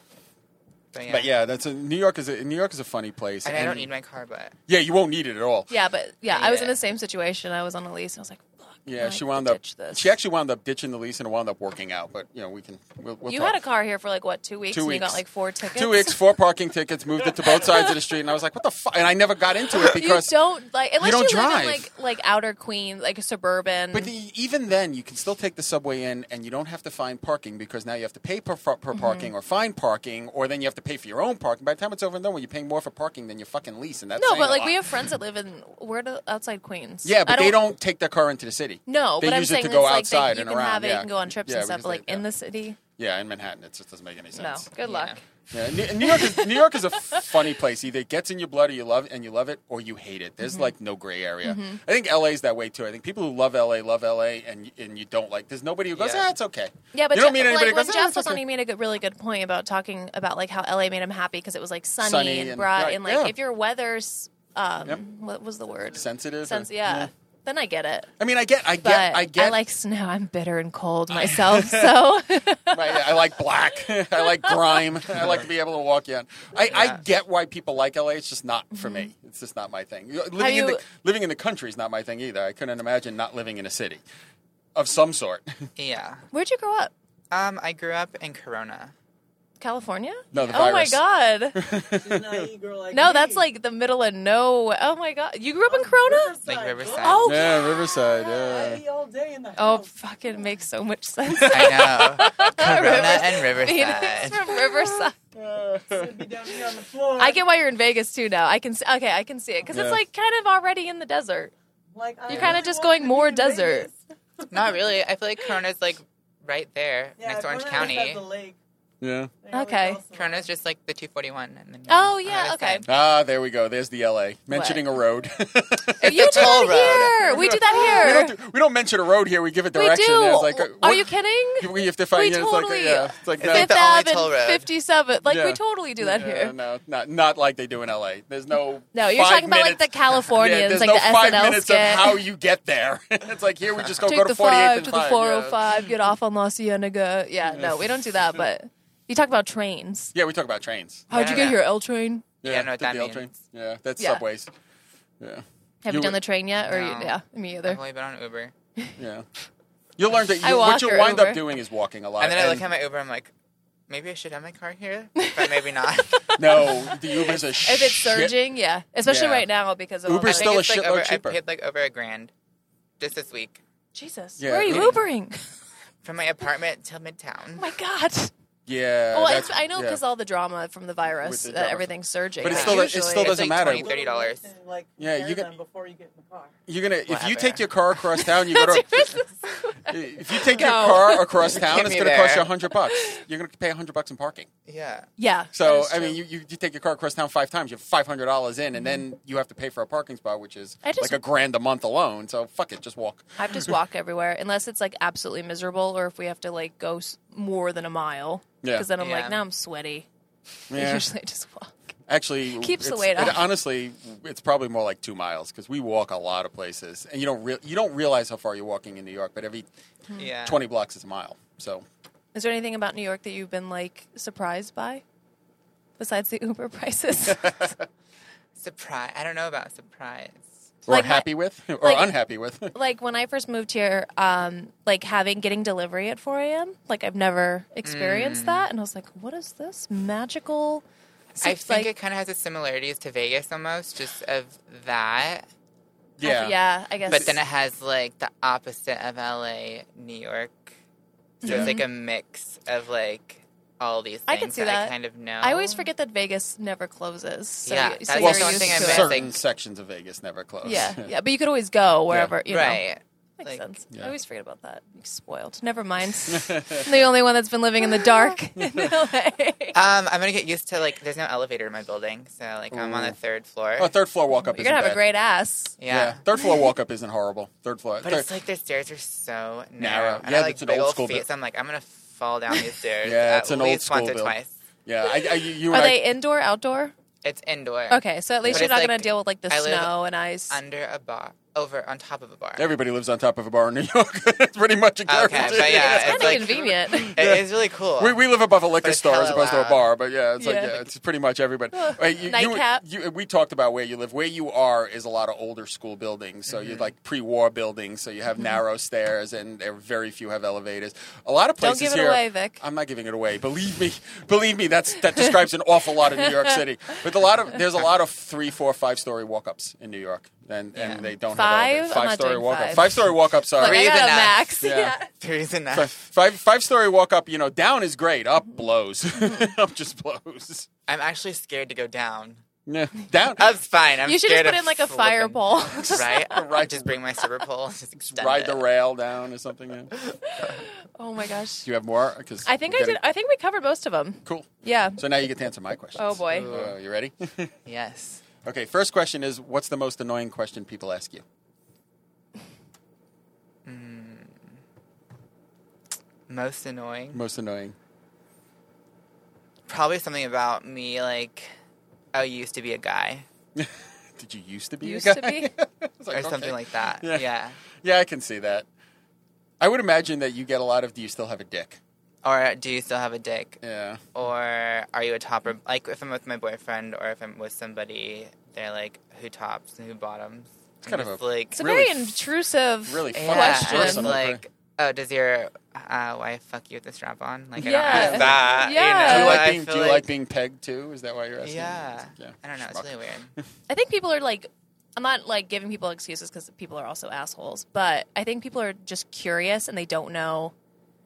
C: But yeah,
B: But yeah, that's a, New York is a, New York is a funny place.
C: And I don't
B: and-
C: need my car, but
B: Yeah, you won't need it at all.
A: yeah, but yeah,
C: Yeah.
A: I was in the same situation. I was on a lease and I was like, fuck.
B: Yeah,
A: I'm
B: she
A: gonna
B: wound up.
A: ditch This.
B: She actually wound up ditching the lease and it wound up working out. But you know, we can. We'll, we'll
A: you
B: talk.
A: had a car here for like, what, two weeks?
B: Two
A: and you got
B: weeks.
A: like four tickets?
B: Two weeks, four parking tickets, moved it to both sides of the street, and I was like, "What the fuck?" And I never got into it
A: [laughs] You
B: because.
A: don't like unless you,
B: don't
A: live
B: drive.
A: in like like outer Queens, like suburban.
B: but the- even then, you can still take the subway in, and you don't have to find parking because now you have to pay per, per
A: Mm-hmm.
B: parking or find parking, or then you have to pay for your own parking. By the time it's over and done with, you're paying more for parking than your fucking lease, and that's
A: no,
B: saying
A: but
B: a
A: like
B: lot.
A: we have friends that live in we're to- outside Queens.
B: Yeah, but
A: I
B: they don't take their car into the city.
A: No,
B: they
A: but I'm
B: use
A: saying
B: it to
A: it's
B: go
A: like
B: outside
A: they, you
B: and
A: can
B: around.
A: have it,
B: yeah.
A: you can go on trips
B: Yeah,
A: and
B: we
A: stuff.
B: can
A: But
B: say-
A: like in
B: yeah.
A: the city,
B: Yeah, in Manhattan, it just doesn't make any
A: no.
B: sense.
C: Yeah.
A: Good luck.
B: Yeah, New, New York is New York is a funny place. Either it gets in your blood, or you love and you love it, or you hate it.
A: Mm-hmm.
B: There's like no gray area. I think LA's that way too. I think people who love LA love LA, and and you don't like. There's nobody who goes,
C: Yeah.
B: ah, it's okay.
A: Yeah, but
B: you don't
A: Je-
B: meet anybody who
A: like
B: goes,
A: when
B: "Ah,
A: Jeff
B: it's
A: was on, e-,
B: okay."
A: he made a good- really good point about talking about like how LA made him happy because it was like sunny,
B: Sunny
A: and
B: and
A: bright,
B: bright,
A: and like
B: yeah.
A: if your weather's um,
B: Yep.
A: what was the word?
B: sensitive.
A: Sense,
B: or-
A: yeah. Then I get it.
B: I mean, I get, I
A: But
B: get, I get.
A: like snow. I'm bitter
B: [laughs]
A: and cold myself, so [laughs]
B: Right, I like black. [laughs] I like grime. I like to be able to walk in. I, I
C: Yeah.
B: get why people like LA. It's just not for me. It's just not my thing. Living in
A: Mm-hmm. you-
B: the living in the country is not my thing either. I couldn't imagine not living in a city of some sort. [laughs]
C: yeah.
A: where'd you grow up?
C: Um, I grew up in Corona.
A: California?
B: No, the
A: Oh my
B: virus. [laughs]
A: god.
D: She's an IE girl like
A: No,
D: me.
A: that's like the middle of nowhere. Oh my god. You grew up in Corona?
D: Riverside,
C: Like Riverside.
D: girl.
A: Oh, [laughs]
B: Yeah, Riverside.
D: Yeah,
B: Yeah.
D: IE all day in the
A: Oh,
D: house.
A: fucking makes so much sense.
C: [laughs] I know. Corona
A: Rivers-
C: and [laughs]
A: Phoenix
C: Riverside.
A: from Riverside.
D: Sit me down here on the floor.
A: I get why you're in Vegas too now. I can see, okay, I can see it because
B: Yeah.
A: it's like kind of already in the desert.
D: Like, I
A: You're kinda
D: really
A: just
D: want
A: going
D: to be
A: more
D: in Vegas.
A: desert.
C: Not really. I feel like Corona's like right there
D: Yeah,
C: next to Orange
D: Corona always
C: County.
D: has the lake.
B: Yeah.
D: They always
A: Okay.
D: also-
C: Corona's just like the 241. And then on
A: Oh,
C: the
A: yeah,
C: other
A: okay.
C: side.
B: Ah, there we go. There's the LA. Mentioning a road. [laughs]
C: It's
A: you
C: a
A: do
C: toll
A: that
C: road.
A: here. We do
B: we,
A: that
B: don't
A: here.
B: do, we don't mention a road here. We give a
A: We
B: direction.
A: do.
B: It's like, uh,
A: Are
B: what-
A: you kidding?
B: We have to find
A: We
B: you. It's like,
A: totally-
B: uh, yeah. It's like,
C: It's like
A: Fifth
C: the only
A: Ave
C: toll
A: and
C: road.
A: 57. Like
B: Yeah.
A: we totally do that
B: Yeah,
A: here.
B: No, not not like they do in LA. There's no.
A: No, you're
B: five
A: talking about like
B: minutes-
A: the Californians,
B: there's
A: like
B: no
A: the
B: five
A: SNL
B: minutes
A: skit.
B: of how you get there. [laughs] it's like here we just go
A: Take
B: go to
A: the
B: 48
A: five
B: and
A: to the
B: five,
A: four
B: yeah.
A: hundred five. Get off on La Cienega. Yeah, no, we don't do that. But you talk about trains.
B: Yeah, we talk about trains.
A: How'd you
C: Yeah.
A: get here? L train.
B: Yeah,
C: Yeah, I know what
B: the
C: that
B: DL
C: means.
B: train. Yeah, that's
A: Yeah.
B: subways. Yeah,
A: Have
B: You
A: you, done
B: were-
A: the train yet? Or you,
C: No.
A: yeah, me either.
C: I've only been on Uber.
B: yeah. You'll learn that
A: I
B: you, what
A: walk
B: you'll
A: or
B: wind up
A: Uber.
B: doing is walking a lot.
C: And then I look at my Uber. I'm like, maybe I should have my car
A: [laughs]
C: here, but maybe not. [laughs]
B: no, the Uber's a
A: If it's surging, yeah, especially
B: Yeah.
A: right now because of all
B: Uber's
A: that-
B: still a
C: it's like
B: shitload
C: over,
B: cheaper.
C: [laughs] I paid like over a grand just this week
A: Jesus.
B: Yeah,
A: where are you
B: Uber.
A: Ubering?
C: from my apartment to
A: Oh
C: Midtown.
A: my God.
B: Yeah,
A: well,
B: that's-
A: it's, I know
B: yeah.
A: because all the drama from the virus
B: With the
A: that
B: drama.
A: everything's surging.
B: But it
A: Like,
B: still- it
A: usually-
B: still doesn't
C: like
B: matter.
C: $20, $30.
A: Mm.
D: And, Like,
B: Yeah,
D: compare
B: you get-
D: them before you get in the car.
B: You're gonna if you
C: Whatever.
B: take your car across town,
A: [laughs]
B: you go to [laughs] if you take your
A: No.
B: car
C: [laughs]
B: across town,
C: Get
B: it's
C: me
B: gonna cost
C: there.
B: you hundred bucks. You're gonna pay hundred bucks in parking.
C: Yeah.
A: [laughs] Yeah.
B: So
C: is
B: I mean, you, you, you take your car across town five times, you have five hundred dollars in, and then you have to pay for a parking spot, which is
A: Mm-hmm. I just-
B: like a grand a month alone. So fuck it, just walk.
A: I've just walked everywhere unless it's like absolutely miserable or if we have to like go s- more than a mile.
B: Yeah.
A: Because then I'm
C: Yeah.
A: like, now I'm sweaty.
B: Yeah.
A: Usually I just walk.
B: Actually,
A: Keeps the
B: it's-
A: weight
B: it-
A: off.
B: honestly, it's probably more like two miles because we walk a lot of places, and you don't real you don't realize how far you're walking in New York, but every
C: Yeah.
B: twenty blocks is a mile. So
A: Is there anything about New York that you've been like surprised by? Besides the Uber
B: [laughs]
A: prices,
C: Surprise. I don't know about surprise.
B: or
A: Like my-
B: happy with [laughs] or
A: like-
B: unhappy with.
A: like when I first moved here, um, like having getting delivery at 4 a.m., like I've never
C: Mm.
A: experienced that, and I was like, "What is this magical?"
C: I
A: It's
C: think
A: like-
C: it kind of has the similarities to Vegas almost, just of that.
B: yeah,
A: yeah, I guess.
C: But then it has like the opposite of LA, New York. So
B: Yeah.
C: it's like a mix of like all these things
A: I can see
C: that,
A: that.
C: I kind of know.
A: I always forget that Vegas never closes. So
C: Yeah,
A: you,
C: that's
A: so
C: the
A: you're
C: one
A: used
C: thing I
A: to it.
C: miss.
B: certain
C: like-
B: sections of Vegas never close. [laughs]
A: Yeah, yeah, but you could always go wherever you know.
C: right.
A: Makes
C: Like-
A: sense.
B: Yeah.
A: I always forget about that. You're spoiled.
C: [laughs]
A: Never mind. I'm the only one that's been living in the dark in [laughs] LA.
C: Um, I'm gonna get used to like there's no elevator in my building, so like I'm on
B: Ooh.
C: the third floor.
B: Oh, third floor walk up.
A: You're gonna have a
B: bad.
A: great ass.
C: yeah.
B: Third floor walk up isn't horrible. Third floor.
C: But
B: third-
C: it's like the stairs are so narrow.
B: Narrow.
C: And
B: Yeah,
C: I like
B: it's an
C: big
B: old
C: old
B: school
C: feet,
B: buil-
C: so I'm like, I'm gonna fall
B: [laughs]
C: down these stairs.
B: Yeah,
C: at
B: it's an old
C: least once
B: school
C: or
B: buil-
C: twice.
B: yeah, I, I, you you
A: Are
B: and I-
A: they indoor, outdoor?
C: It's indoor.
A: Okay, so at least
C: But
A: you're
C: it's
A: not
C: like-
A: gonna deal with like the
C: I live
A: snow and ice.
C: Under a bar, over on top of a bar.
B: Everybody lives on top of a bar in New York. [laughs] it's pretty much a guarantee.
C: but
B: [laughs]
C: yeah,
A: it's kind
C: it's
A: of
C: like-
A: [laughs] convenient.
C: It is really cool.
B: We, we live above a liquor
C: it's
B: store as
C: hella
B: opposed to a
C: loud.
B: bar, but yeah, it's like
A: Yeah.
B: yeah, it's pretty much
A: [laughs]
B: everybody.
A: Ugh.
B: Wait, you- you-
A: Nightcap.
B: you- we talked about where you live. Where you are is a lot of older school buildings, so
A: Mm-hmm.
B: you're like pre-war buildings, so you have narrow stairs and there are very few have elevators. A lot of
A: Don't
B: places
A: give it
B: here.
A: away, Vic.
B: I'm not giving it away. Believe me, [laughs] believe me. That's that describes an awful lot of New York
A: [laughs]
B: City. But a lot of there's a lot of three, four, five story walk-ups in New York, and
C: Yeah.
B: and they don't
A: Five?
B: have elevators.
A: I'm not
B: five-story
A: doing
B: walk-up.
A: five.
B: Five-story walk-ups are
A: Look, I
C: Breathe
A: got a
C: enough.
A: max.
B: Yeah.
A: Yeah. [laughs]
C: There's enough.
B: Five five five story walk up. You know, down is great. Up blows. [laughs] up just blows.
C: I'm actually scared to go down.
B: Yeah, down.
C: That's fine. I'm
A: You should just
C: scared
A: put
C: of
A: in like a
C: flipping.
A: [laughs] fireball.
B: [laughs]
C: Right?
B: Right.
C: right. Just bring my stripper pole. and Just extend
B: Ride the
C: it.
B: rail down or something. yeah. Do
A: oh my gosh.
B: you have more? Because
A: I think I did. I think we covered most of them.
B: Cool.
A: Yeah.
B: So now you get to answer my question.
A: Oh boy.
B: Uh, you ready? [laughs]
C: Yes.
B: okay. First question is: What's the most annoying question people ask you?
C: Most annoying.
B: Most annoying.
C: Probably something about me. Like, I used to be a guy
B: Did you used to be? a
A: Used to
B: guy?
A: be?
B: [laughs] It's like,
C: or something
B: okay.
C: like that.
B: Yeah.
C: Yeah.
B: Yeah, I can see that. I would imagine that you get a lot of. Do you still have a dick?
C: Or do you still have a dick?
B: Yeah.
C: Or are you a topper? Like, if I'm with my boyfriend or if I'm with somebody, they're like, who tops and who bottoms? It's
B: kind of a-
C: like
A: It's a
B: Really
A: very
B: f-
A: intrusive
B: Really fucking
C: yeah,
A: question.
C: and it's
B: personal.
C: like oh, does your uh, wife fuck you with the strap on? Like, I
A: Yeah.
C: don't have that.
B: Do
A: Yeah.
C: You
B: you
C: know?
B: like
C: I
B: being, do
C: feel
B: you like, being pegged too? Is that why you're asking?
C: Yeah.
B: It's like,
C: I don't know. It's
B: Schmuck.
C: really
B: [laughs]
C: weird.
A: I think people are like, I'm not like giving people excuses because people are also assholes, but I think people are just curious and they don't know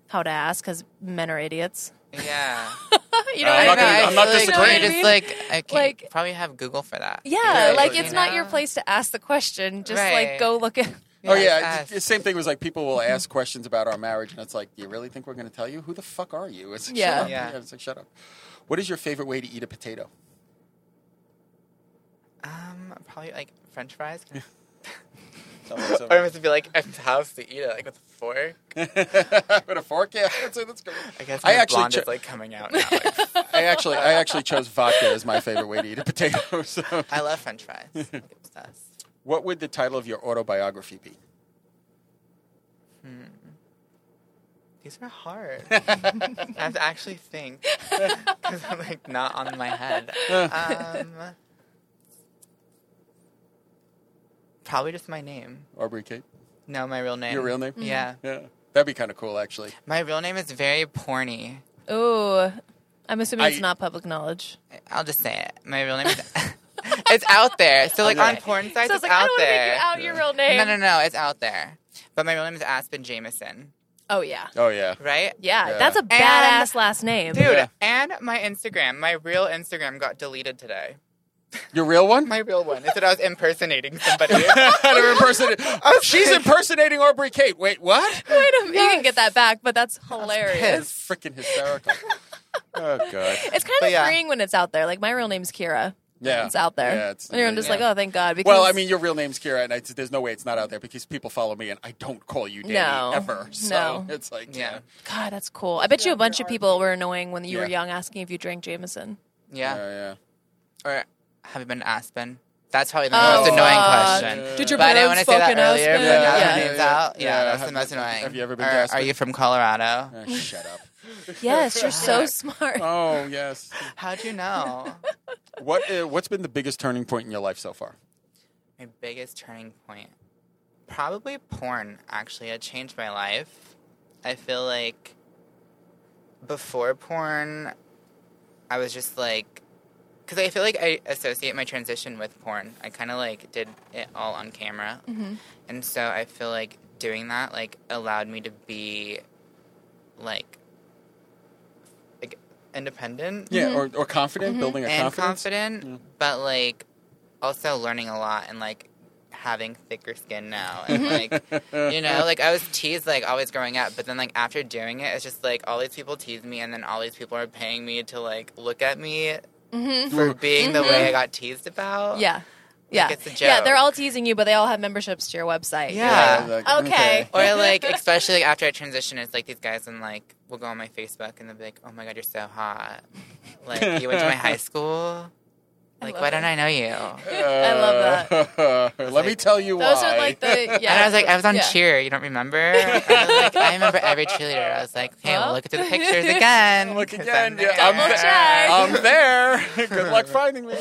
A: how to ask because men are idiots.
C: Yeah.
A: [laughs] you know,
B: I'm
A: what
B: not
A: I mean?
B: gonna- I'm not
C: I feel like
A: disagreeing.
C: Just like I can
A: Like-
C: probably have Google for that.
A: yeah,
B: Yeah,
A: like
B: you
A: it's not
C: know?
A: your place to ask the question. Just
C: Right.
A: like go look at.
B: Oh yeah,
C: ask.
B: it's the same thing was like people will
C: [laughs]
B: ask questions about our marriage, and it's like, do you really think we're going to tell you? Who the fuck are you? It's like,
A: Yeah.
B: shut up.
C: Yeah.
B: It's like shut up. What is your favorite way to eat a potato?
C: Um, probably like French fries.
B: Someone-
C: Or
B: someone-
C: must it be like I'm supposed to eat it like with a fork?
B: [laughs] With a fork, [laughs] yeah. That's, that's good.
C: I guess
B: I
C: my
B: actually
C: blonde
B: cho-
C: is like coming out now. Like,
B: I actually, I actually chose vodka as my favorite way to eat a potato. [laughs] So,
C: I love
B: [laughs]
C: French fries. Like, it was us.
B: what would the title of your autobiography be?
C: These
B: [laughs]
C: are hard. I have to actually think because I'm like not on my head.
B: [laughs]
C: Um, probably just my name.
B: Aubrey Kate,
C: No, my real name.
B: your real name?
A: Mm-hmm.
C: Yeah,
B: Yeah, that'd be kind of cool, actually.
C: my real name is very porny.
A: Ooh, I'm assuming
B: I-
A: it's not public knowledge.
C: I'll just say it. My real name is. [laughs] it's out there. So like on
B: Okay.
C: porn sites,
A: So I
C: it's
A: was like, I
C: out
A: don't want to
C: there.
A: make you out your real name.
C: No, no, no. It's out there. But my real name is Aspen Jameson,
A: Oh yeah.
B: Oh yeah,
C: right?
A: yeah,
B: Yeah.
A: that's a badass last name.
C: Dude,
B: Yeah.
C: and my Instagram, my real Instagram got deleted today.
B: your real one?
C: My real one. It said I was impersonating
B: [laughs]
C: somebody.
B: They're impersonating- She's impersonating Aubrey Kate. Wait, what?
A: [laughs] Wait a minute, you can get that back, but that's hilarious.
B: That's freaking hysterical. oh god.
A: It's kind
C: But
A: of
C: yeah.
A: freeing when it's out there. Like my real name's Kira.
B: Yeah,
A: It's out there.
B: Yeah, it's
A: and everyone's just
B: yeah.
A: like, oh, thank God. Because
B: Well, I mean, your real name's Kira, and I, there's no way it's not out there because people follow me, and I don't call you Danny
A: No.
B: ever. So
A: No.
B: it's like, yeah,
C: Yeah.
A: God, that's cool. I bet you a bunch of people were annoying when you were
B: Yeah.
A: young asking if you drank Jameson.
B: yeah,
C: yeah.
B: yeah.
C: Or have you been to Aspen? That's probably the
A: Oh,
C: most annoying
A: fuck.
C: question.
A: Did your
C: But I didn't
A: parents
C: want to say that
A: fucking ask
C: earlier, but
A: them?
C: now
A: Yeah.
C: her name's
B: Yeah.
C: out. Yeah,
B: Yeah,
C: that's
B: have
C: the
B: you-
C: most annoying.
B: have you ever been
C: Or
B: to Aspen?
C: Are you from Colorado?
B: Uh, shut up.
A: Yes,
C: [laughs]
A: you're so smart.
B: Oh yes.
C: How'd you know?
B: What uh, What's been the biggest turning point in your life so far?
C: My biggest turning point. Probably porn, actually. It changed my life. I feel like before porn, I was just like. Because I feel like I associate my transition with porn. I kind of like did it all on camera. And so I feel like doing that, like, allowed me to be like. like Independent,
B: Yeah,
A: Mm-hmm.
B: or, or confident, building a
C: and
B: confidence.
C: confident, but like also learning a lot and like having thicker skin now and like
A: Mm-hmm.
C: you
A: [laughs]
C: know like i was teased like always growing up but then like after doing it it's just like all these people tease me and then all these people are paying me to like look at me for being the way i got teased about
A: Mm-hmm. Yeah. Yeah.
C: it's a
A: Yeah, they're
C: joke.
A: all teasing you, but they all have memberships to your website. You're
C: Yeah.
A: like,
B: like,
A: okay. [laughs]
C: or like especially like after i transition it's like these guys and like will go on my facebook and they'll be like oh my god you're so hot like you went
A: [laughs]
C: to my high school
A: I
C: like
A: love
C: why don't
A: it.
C: i know you
A: I love that.
B: that. Uh, [laughs] Let me
C: like-
B: tell you why.
A: Those are like the yeah.
C: And I was like, I was on
A: yeah.
C: cheer. You don't
A: [laughs]
C: remember? I, was like, I remember every cheerleader. I was like, hey, we'll
A: Well.
C: look at the pictures
A: [laughs]
C: again.
B: Look
C: 'cause
B: again,
C: I'm
B: yeah,
C: there.
A: Double check.
B: I'm there. [laughs] Good luck finding me.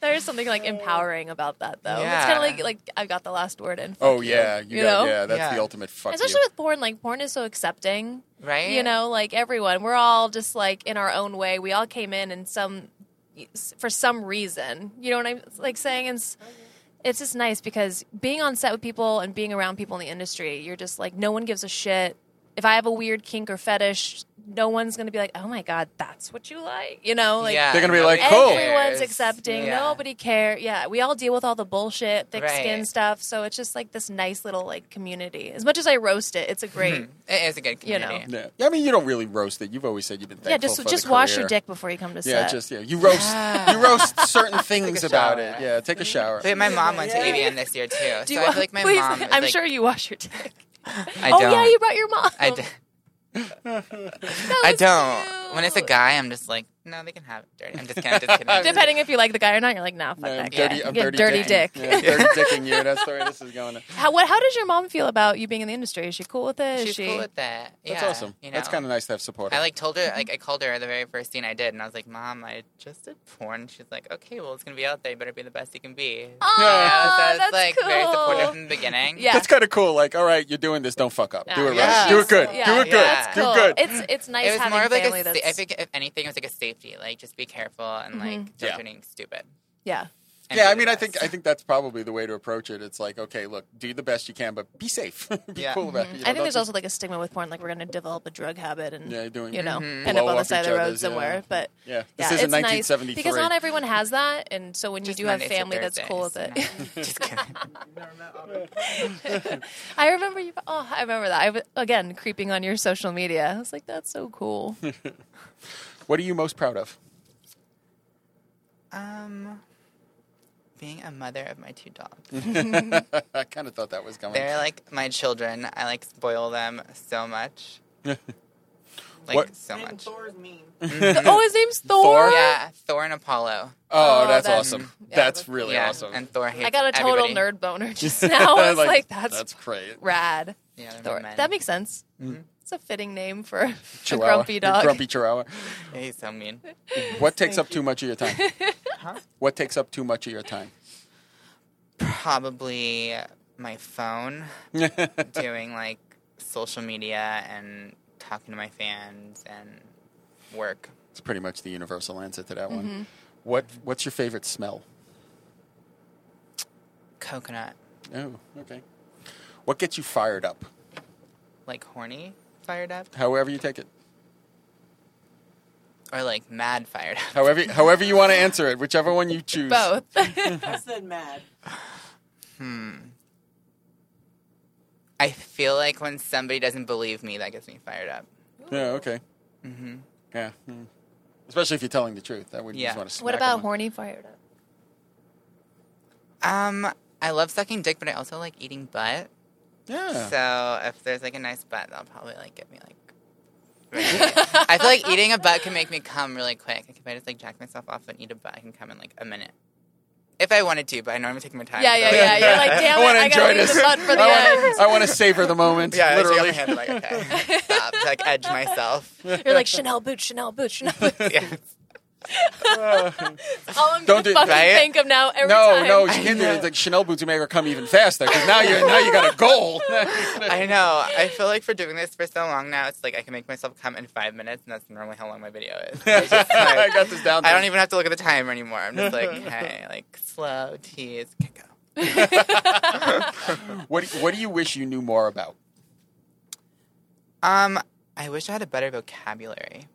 A: There's something like empowering about that though. It's
C: Yeah.
A: kind of like like I've got the last word in.
B: oh yeah, you,
A: You
B: got,
A: know?
B: yeah. That's
C: Yeah.
B: the ultimate fuck
A: Especially
B: you.
A: with porn, like porn is so accepting.
C: Right?
A: you know like everyone we're all just like in our own way we all came in and some for some reason you know what i'm like saying and it's, it's just nice because being on set with people and being around people in the industry you're just like no one gives a shit if i have a weird kink or fetish no one's gonna be like oh my god that's what you like you know like
C: yeah,
B: They're gonna be
C: nobody
B: like, cool.
A: Everyone's
C: cares.
A: accepting.
C: Yeah.
A: Nobody cares. Yeah, we all deal with all the bullshit, thick skin
C: Right.
A: stuff. So it's just like this nice little like community. As much as I roast it, it's a great.
C: It is a good
A: You know.
C: community.
B: Yeah. yeah, I mean, you don't really roast it. You've always said you've been thankful
A: Yeah, just
B: for the
A: just wash
B: career.
A: your dick before you come to set.
B: Yeah, just yeah. You roast you roast certain things about
C: shower.
B: it. Yeah, take a shower.
C: But my mom went to
D: Yeah.
C: ABM this year, too. so
A: Do you
C: I
A: want,
C: feel like my
A: please,
C: mom. is
A: I'm
C: like-
A: sure you wash your dick.
C: I
A: oh
C: don't.
A: yeah, [laughs] you brought your mom.
C: I, d-
A: That
C: I
A: was
C: don't.
A: cute.
C: When it's a guy, I'm just like, No, they can have it dirty. I'm just kidding. I'm
A: [laughs]
C: just kidding.
A: Depending if you like the guy or not, you're like, nah, fuck
B: No, I'm
A: that
B: dirty,
A: guy.
B: I'm
A: Yeah,
B: dirty,
A: dirty
B: dicking.
A: dick.
B: Yeah, dirty dicking you. That's the way this is going.
A: How, what, how does your mom feel about you being in the industry? Is she cool with it? Is
C: She's
A: she?
C: cool with that.
B: That's
C: yeah,
B: awesome.
C: You know?
B: That's kind of nice to have support.
C: I like told her, like I called her the very first thing I did, and I was like, "Mom, I just did porn." She's like, "Okay, well, it's gonna be out there. You better be the best you can be."
A: Aw,
B: Yeah.
C: so it's
A: that's
C: like very supportive
A: cool.
C: from the beginning.
A: Yeah.
B: That's kind of cool. Like, all right, you're doing this. Don't fuck up.
A: Yeah.
B: Do it right.
C: Yeah.
B: Do it good.
A: Yeah.
B: Do it good.
C: Yeah.
A: That's
B: Do
A: cool.
B: good.
A: It's it's nice
C: it was
A: having
C: more of like
A: family
C: a. sa-
A: that's Mm-hmm.
C: I think if anything, it was like a safety. Like just be careful and like don't
B: Yeah.
C: do anything stupid.
A: yeah.
C: And
B: yeah,
C: do
B: I
C: the
B: mean, I
C: best.
B: think I think that's probably the way to approach it. It's like, okay, look, do the best you can, but be safe. [laughs] be
C: Yeah.
B: cool about it. You know,
A: Mm-hmm. I think
B: don't
A: there's
B: just-
A: also like a stigma with porn, like we're going to develop a drug habit and
B: Yeah, doing-
A: you know
C: Mhm.
A: end up
B: blow
A: on the
B: up
A: side of
B: each
A: the road
B: other's, yeah.
A: somewhere. But
B: Yeah, this
A: yeah,
B: isn't
A: it's nice
B: 1973.
A: because not everyone has that, and so when you
C: Just
A: do have
C: Monday through
A: family that's cool with
C: Thursdays,
A: it. [laughs]
C: you know? just kidding.
D: Never met Otto.
A: I remember you. Oh, I remember that. I was again creeping on your social media. I was like, that's
B: [laughs]
A: so cool.
B: what are you most proud of?
C: [laughs] Um, being a mother of my two dogs.
B: Mm-hmm. I kind of thought that was coming.
C: They're like my children. I like spoil them so
B: [laughs]
C: much. like
B: What-
C: so
D: And
C: much.
A: [laughs]
D: Thor's mean.
A: oh, his name's Thor.
B: Thor?
C: Yeah, Thor and Apollo.
B: oh,
A: Oh,
B: that's,
A: that's-
B: awesome.
A: yeah,
B: that's,
A: that's-
B: really
C: mm, yeah,
B: awesome. [laughs]
C: And Thor hates
A: I got a total
C: everybody.
A: nerd boner just [laughs] now. I was like, that's,
B: that's great.
A: rad.
C: Yeah, they're
A: Thor.
C: men.
A: That makes sense. It's a fitting name for [laughs] a
B: Chihuahua.
A: grumpy
B: Your
A: dog.
B: Grumpy chihuahua.
C: Yeah, he's so mean.
A: [laughs]
B: What takes up too much of your time?
C: Huh?
B: What takes up too much of your time? [laughs]
C: Probably my phone doing like social media and talking to my fans and work.
B: It's pretty much the universal answer to that
A: Mm-hmm.
B: one. What What's your favorite smell?
C: Coconut,
B: Oh, okay. What gets you fired up?
C: like horny fired up
B: However you take it.
C: or like mad fired up. [laughs]
B: However, however you want to answer it, whichever one you choose.
A: Both.
D: I said mad.
C: I feel like when somebody doesn't believe me, that gets me fired up.
B: Yeah. Okay.
C: Mm-hmm.
B: Yeah. Mm. Especially if you're telling the truth, that would you just
C: Yeah.
B: want to.
A: [laughs] what about horny fired up?
C: Um, I love sucking dick, but I also like eating butt.
B: Yeah.
C: So if there's like a nice butt, that'll probably like get me
B: [laughs]
C: like. really- I feel like eating a butt can make me cum really quick. Like if I just like jack myself off and eat a butt, I can come in like a minute. If I wanted to, but I normally take my time.
A: Yeah,
C: so-
A: yeah, yeah. You're like,
B: [laughs]
A: damn
B: I
A: it,
B: wanna
A: I
B: enjoy
A: gotta leave
B: this.
A: the butt for the
B: I
A: end.
B: want, I want to savor the moment.
C: [laughs] Yeah, I just
B: literally.
C: literally. Hand, like, okay, stop. to, Like
B: [laughs]
C: edge myself.
A: You're like Chanel boots, Chanel boots, Chanel boots.
C: Yeah.
A: All
B: Don't
A: I'm gonna
B: do-
A: fucking
C: right?
A: think of now every
B: Uh, no,
A: time.
B: no, she can't do it. It's like Chanel boots you make her come even faster because now you now you got a goal. [laughs]
C: I know. I feel like for doing this for so long now, it's like I can make myself come in five minutes, and that's normally how long my video
B: [laughs]
C: is. It's just like-
B: I got this down.
C: I don't even have to look at the timer anymore. I'm
B: [laughs]
C: just like, hey, like slow tease, kick go.
B: even. What do- What do you wish you knew more about?
C: Um, I wish I had a better vocabulary.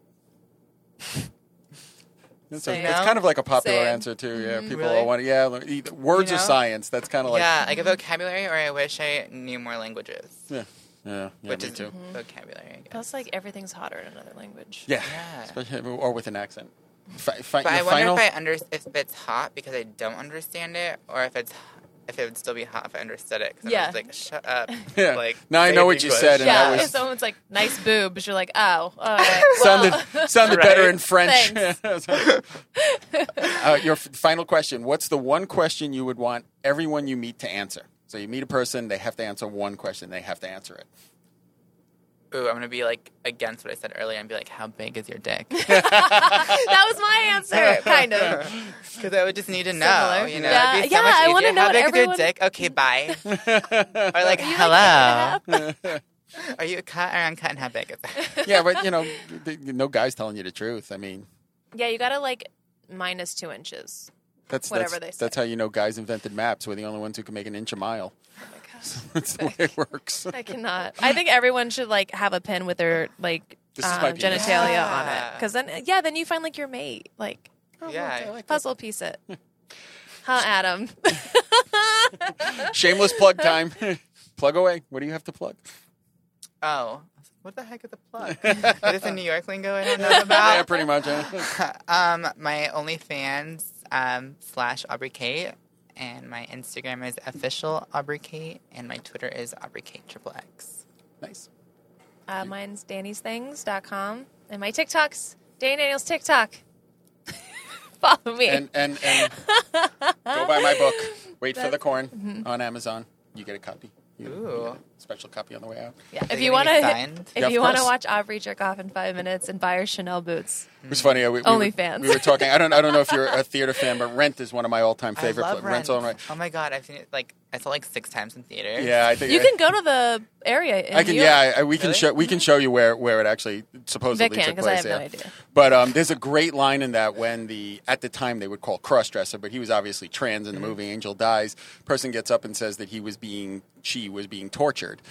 B: It's,
A: Same.
B: it's kind of like a popular
A: Same.
B: answer too. Yeah, people
C: Mm-hmm. Really?
B: want to. Yeah, like, either- words
C: You
B: or
C: know?
B: science. That's kind of Oh, like
C: yeah, like a vocabulary, or I wish I knew more languages,
B: yeah, yeah, yeah,
C: which
B: me
C: is
B: too.
C: vocabulary. I guess.
A: Plus, like everything's hotter in another language.
B: Yeah,
C: Yeah.
B: Especially, or with an accent. Fi- fi-
C: But
B: your
C: I wonder
B: final,
C: if I under if it's hot because I don't understand it, or if it's if it would still be hot if I understood it. Because
A: Yeah.
C: I was like, shut up.
B: [laughs] Yeah.
C: Like
B: Now I
C: say
B: know
C: it
B: what
C: in
B: you
C: English.
B: said, and
A: yeah.
B: that was-
A: If someone's like nice boobs, you're like,
B: [laughs]
A: oh, all right.
B: sounded [laughs]
A: well,
B: sounded
C: Right.
B: better in French.
A: Thanks.
B: [laughs] uh, your f- final question: What's the one question you would want everyone you meet to answer? So you meet a person, they have to answer one question. They have to answer it.
C: Ooh, I'm gonna be like against what I said earlier and be like, how big is your dick?
A: that was my
B: [laughs]
A: [laughs] answer, kind of.
C: Because I would just need to know.
A: Similar.
C: You know,
A: Yeah.
C: It'd be so
A: Yeah,
C: much
A: I wanna
C: easier.
A: know
C: How
A: what
C: big
A: everyone-
C: is your dick? Okay,
A: [laughs]
C: bye. or like,
A: that
C: hello. Are you cut or uncut? And how big is
A: [laughs]
C: that?
B: Yeah, but you know, [laughs] th- th- no guy's telling you the truth. I mean,
A: Yeah, you gotta like minus two inches.
B: that's
A: Whatever
B: that's,
A: they say.
B: that's how you know guys invented maps. We're the only ones who can make an inch a mile.
A: Oh my gosh.
B: [laughs] That's the way it works.
A: I cannot. I think everyone should like have a pin with their like
B: This is
A: uh,
B: my penis.
A: genitalia on it,
C: Yeah.
A: because then yeah, then you find like your mate. Like
C: yeah.
A: puzzle
B: [laughs]
A: piece it. Huh, Adam?
B: Shameless plug time. [laughs] plug away. What do you have to plug?
C: Oh. What the heck is a
A: [laughs]
C: plug? is this a New York lingo I don't know about?
B: yeah, pretty much. eh?
A: [laughs]
C: um, my OnlyFans um, slash Aubrey Kate, and my Instagram is official Aubrey Kate, and my Twitter is Aubrey Kate Triple X.
B: nice.
A: Uh, mine's dannysthings.com. And my TikTok's Danny Daniels TikTok. [laughs] Follow me.
B: and and and go buy my book. Wait for the corn
A: mm-hmm.
B: on Amazon. You get a copy. You get a- you
C: Ooh.
B: get a special copy on the way out.
A: yeah. If
C: they
A: you
C: gonna
A: want
C: be
A: to,
C: signed?
A: [laughs] if
B: Yeah, of
A: you want to
B: course.
A: watch Aubrey jerk off in five minutes and buy her Chanel boots,
B: It was funny. uh, We, we were,
A: OnlyFans.
B: We were talking. I don't. I don't know if you're a theater fan, but Rent is one of my all-time favorite.
C: I love
B: pla- Rent's all right.
C: Oh my god, I've seen it like I saw it, like six times in theater.
B: Yeah, I think
A: you
B: I-
A: can go to the area. In
B: I can.
A: New York.
B: Yeah, I, we can
C: Really?
B: show. We can show you where where it actually supposedly
A: Vic can,
B: took
A: 'cause I
B: place.
A: have no
B: yeah.
A: idea.
B: But um, there's a great line in that when the at the time they would call crossdresser, but he was obviously trans in the movie. Angel dies. Person gets up and says that he was being she was being tortured,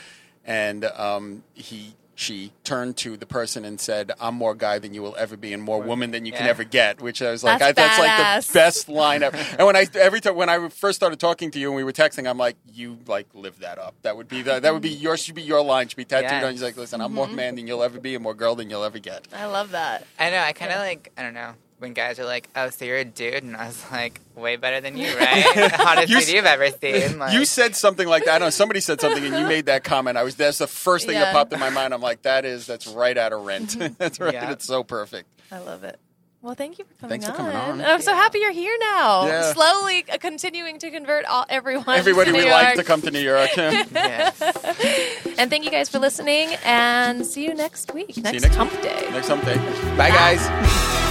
B: and um, he. She turned to the person and said, "I'm more guy than you will ever be, and more woman than you can
C: Yeah.
B: ever get." Which I was like,
A: That's
B: I, "That's like the
A: badass.
B: best line ever." and when I every time when I first started talking to you and we were texting, I'm like, "You like live that up. That would be the, that would be your should be your line should be tattooed
C: Yes.
B: on." He's like, "Listen, I'm more
A: Mm-hmm.
B: man than you'll ever be, and more girl than you'll ever get."
A: I love that.
C: I know. I kind of like I don't know when guys are like, "Oh, so you're a dude," and I was like, "Way better than you, right? Hottest
B: You
C: dude
B: s-
C: you've ever seen."
B: [laughs]
C: Like,
B: you said something like that. I know somebody said something, and you made that comment. I was that's the first thing that
A: Yeah. Mm-hmm.
B: popped in my mind. I'm like, that is that's right out of Rent. [laughs] that's right.
C: Yeah.
B: It's so perfect.
A: I love it. Well, thank you for coming
B: Thanks
A: on.
B: for coming on.
A: And I'm so happy you're here now.
B: Yeah.
A: Slowly uh, continuing to convert all, everyone.
B: Everybody
A: to
B: we
A: New
B: like
A: York.
B: to come to New York. [laughs] Yeah.
C: Yes.
A: And thank you guys for listening. And see you next week.
B: See you
A: Next,
B: next
A: Hump
B: week.
A: Day.
B: Next Hump Day. Bye, guys.